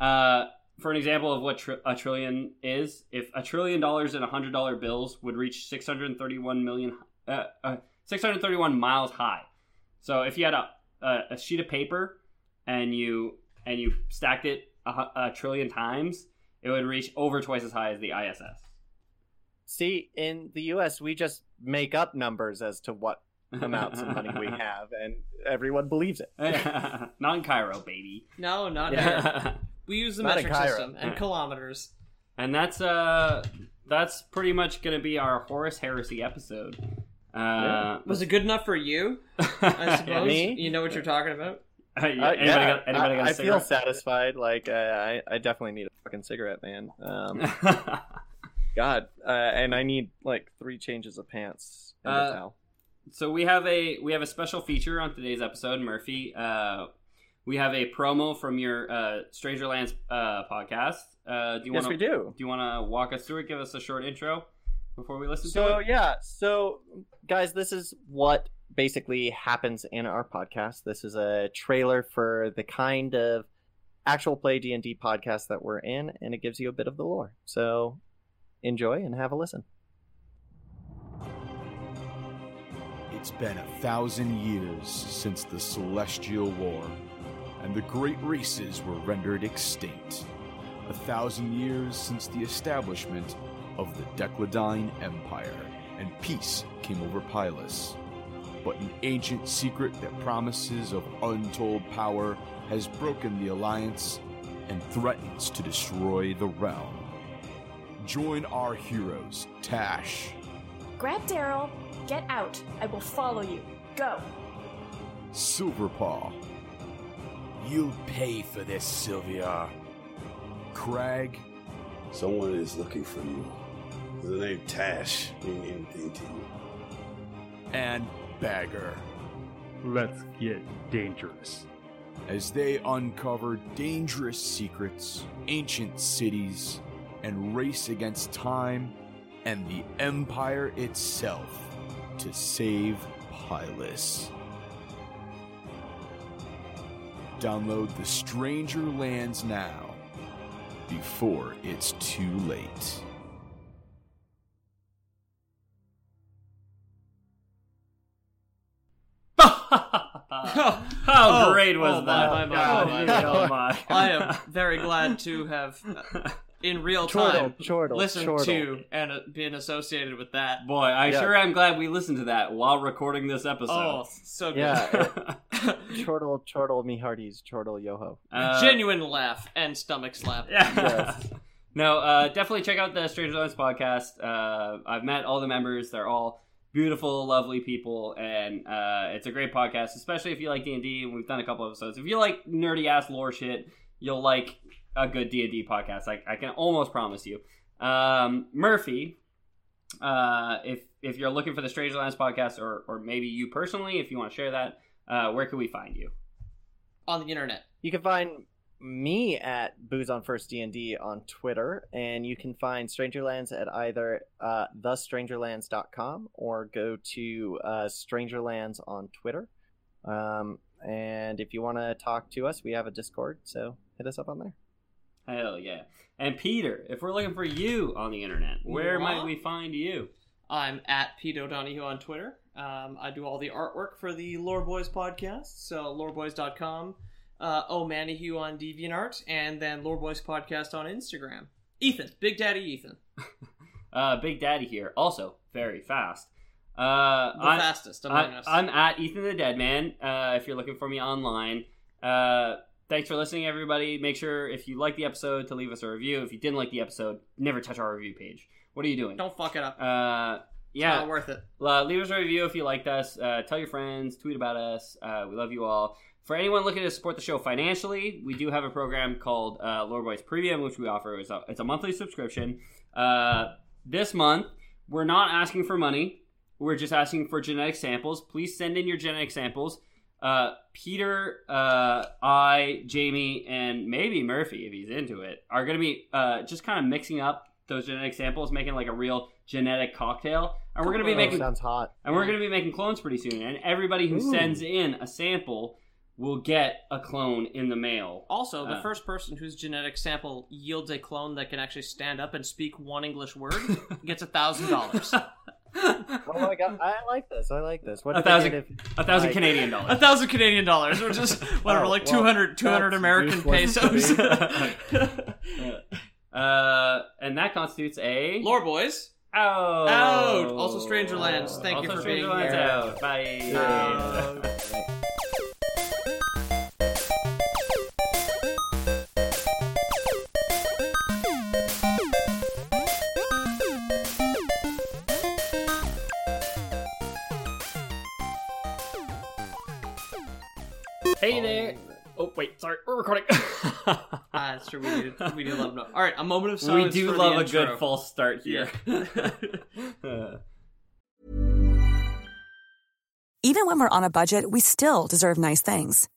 Speaker 1: Uh, for an example of what tr- a trillion is, if a trillion dollars in hundred dollar bills would reach 631 million, uh, uh, 631 miles high. So if you had a, a, a sheet of paper and you and you stacked it a, hu- a trillion times, it would reach over twice as high as the ISS.
Speaker 3: See, in the US, we just make up numbers as to what amounts of money we have, and everyone believes it.
Speaker 1: have. Not in Cairo, baby.
Speaker 2: No, not there.
Speaker 1: Yeah.
Speaker 2: We use the
Speaker 3: Not in
Speaker 2: metric
Speaker 3: Cairo.
Speaker 2: system
Speaker 1: Mm.
Speaker 2: and kilometers.
Speaker 1: and that's uh that's pretty much gonna be our Horus Heresy episode. Uh,
Speaker 2: Was it good enough for you? I suppose.
Speaker 3: Me?
Speaker 2: You know what you're talking about?
Speaker 1: Uh, yeah,
Speaker 3: Uh,
Speaker 1: anybody
Speaker 3: yeah,
Speaker 1: got, anybody
Speaker 3: I,
Speaker 1: got a
Speaker 3: I feel
Speaker 1: cigarette?
Speaker 3: satisfied. Like, uh, I, I definitely need a fucking cigarette, man. Um, God. Uh, and I need, like, three changes of pants and
Speaker 1: Uh,
Speaker 3: a towel.
Speaker 1: so we have a we have a special feature on today's episode, Murphy. Uh, we have a promo from your uh, Stranger Lands uh, podcast. Uh, do you
Speaker 3: Yes,
Speaker 1: want
Speaker 3: we
Speaker 1: to do
Speaker 3: do.
Speaker 1: you want to walk us through it? Give us a short intro before we listen
Speaker 3: So
Speaker 1: to it.
Speaker 3: yeah, so guys, this is what basically happens in our podcast. This is a trailer for the kind of actual play D and D podcast that we're in, and it gives you a bit of the lore. So enjoy and have a listen.
Speaker 4: It's been a thousand years since the Celestial War, and the great races were rendered extinct. a thousand years since the establishment of the Decladine Empire, and peace came over Pylos. But an ancient secret that promises of untold power has broken the alliance and threatens to destroy the realm. Join our heroes, Tash,
Speaker 5: Grab Daryl. Get out. I will follow you. Go.
Speaker 4: Silverpaw,
Speaker 6: You pay for this, Sylvia.
Speaker 4: Crag,
Speaker 7: Someone is looking for you. The name Tash means anything to you.
Speaker 4: and Bagger.
Speaker 8: Let's get dangerous.
Speaker 4: as they uncover dangerous secrets, ancient cities, and race against time and the Empire itself to save Pylos. Download The Stranger Lands now before it's too late.
Speaker 1: How
Speaker 2: Oh,
Speaker 1: great was
Speaker 2: oh my,
Speaker 1: that?
Speaker 2: my, my,
Speaker 1: God,
Speaker 2: my,
Speaker 1: dude,
Speaker 3: my.
Speaker 1: oh my.
Speaker 2: I am very glad to have, uh, in real time,
Speaker 3: Chortle, chortle,
Speaker 2: listened
Speaker 3: chortle.
Speaker 2: to and uh, been associated with that.
Speaker 1: Boy, I
Speaker 3: Yeah.
Speaker 1: sure am glad we listened to that while recording this
Speaker 2: Oh,
Speaker 1: episode.
Speaker 2: so good.
Speaker 3: Yeah, chortle, chortle, me hearties, chortle, yoho.
Speaker 1: Uh,
Speaker 2: Genuine laugh and stomach slap.
Speaker 1: Yeah.
Speaker 3: Yes.
Speaker 1: no, uh, definitely check out the Stranger Lands podcast. Uh, I've met all the members; they're all beautiful, lovely people, and uh, it's a great podcast. Especially if you like D and D, we've done a couple episodes. If you like nerdy ass lore shit, you'll like a good D and D podcast. I, I can almost promise you. Um, Murphy, uh, if if you're looking for the Stranger Lands podcast, or or maybe you personally, if you want to share that, uh, where can we find you?
Speaker 2: On the internet.
Speaker 3: You can find me at Booze on First D and D on Twitter, and you can find Strangerlands at either uh, thestrangerlands.com or go to uh, Strangerlands on Twitter. Um, and if you want to talk to us, we have a Discord, so hit us up on there.
Speaker 1: Hell yeah. And Peter, if we're looking for you on the internet, where
Speaker 2: What?
Speaker 1: might we find you?
Speaker 2: I'm at Pete O'Donohue on Twitter. Um, I do all the artwork for the Lore Boys podcast, so loreboys.com, uh, O'Manahue on DeviantArt, and then Lore Boys podcast on Instagram. Ethan, Big Daddy Ethan,
Speaker 1: Uh, Big Daddy here, also very fast. Uh,
Speaker 2: the
Speaker 1: I'm,
Speaker 2: fastest among
Speaker 1: I,
Speaker 2: us.
Speaker 1: I'm at Ethan the Dead Man. Uh, if you're looking for me online, uh, thanks for listening, everybody. Make sure if you like the episode to leave us a review. If you didn't like the episode, never touch our review page. What are you doing?
Speaker 2: Don't fuck it up.
Speaker 1: Uh, yeah,
Speaker 2: It's not worth it.
Speaker 1: Uh, leave us a review if you liked us. Uh, tell your friends. Tweet about us. Uh, we love you all. For anyone looking to support the show financially, we do have a program called uh, Lore Boys Premium, which we offer. It's a, it's a monthly subscription. Uh, this month, we're not asking for money. We're just asking for genetic samples. Please send in your genetic samples. Uh, Peter, uh, I, Jamie, and maybe Murphy, if he's into it, are going to be uh, just kind of mixing up those genetic samples, making like a real genetic cocktail. And we're going to be
Speaker 3: Oh,
Speaker 1: making
Speaker 3: sounds hot.
Speaker 1: and we're going to be making clones pretty soon. And everybody who
Speaker 3: Ooh.
Speaker 1: sends in a sample will get a clone in the mail.
Speaker 2: Also, the
Speaker 1: Uh.
Speaker 2: first person whose genetic sample yields a clone that can actually stand up and speak one English word gets a thousand dollars.
Speaker 3: Oh my god, I like this. I like this. What
Speaker 1: A
Speaker 3: if they
Speaker 1: thousand-
Speaker 3: did if-
Speaker 1: A thousand
Speaker 3: like-
Speaker 1: Canadian
Speaker 2: A
Speaker 1: dollars.
Speaker 2: thousand Canadian dollars, or just whatever,
Speaker 3: Oh,
Speaker 2: like
Speaker 3: well,
Speaker 2: 200, 200
Speaker 3: that's
Speaker 2: American
Speaker 3: useless to
Speaker 2: pesos.
Speaker 1: Uh, and that constitutes a
Speaker 2: Lore boys.
Speaker 1: out.
Speaker 2: Out. Also Stranger Lands. Thank
Speaker 1: Also
Speaker 2: you for
Speaker 1: Stranger
Speaker 2: being
Speaker 1: Lands
Speaker 2: here.
Speaker 1: out. Bye. Uh, Hey there. Oh wait, sorry, we're recording.
Speaker 2: Ah, that's true. We do, we do love. All right, a moment of
Speaker 1: we
Speaker 2: silence.
Speaker 1: do
Speaker 2: for
Speaker 1: love
Speaker 2: the
Speaker 1: a
Speaker 2: intro.
Speaker 1: good false start here. Uh.
Speaker 9: Even when we're on a budget, we still deserve nice things.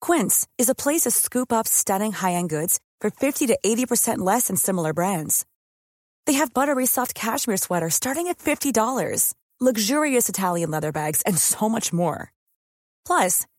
Speaker 9: Quince is a place to scoop up stunning high-end goods for 50 to 80% less than similar brands. They have buttery soft cashmere sweaters starting at $50, luxurious Italian leather bags, and so much more. Plus,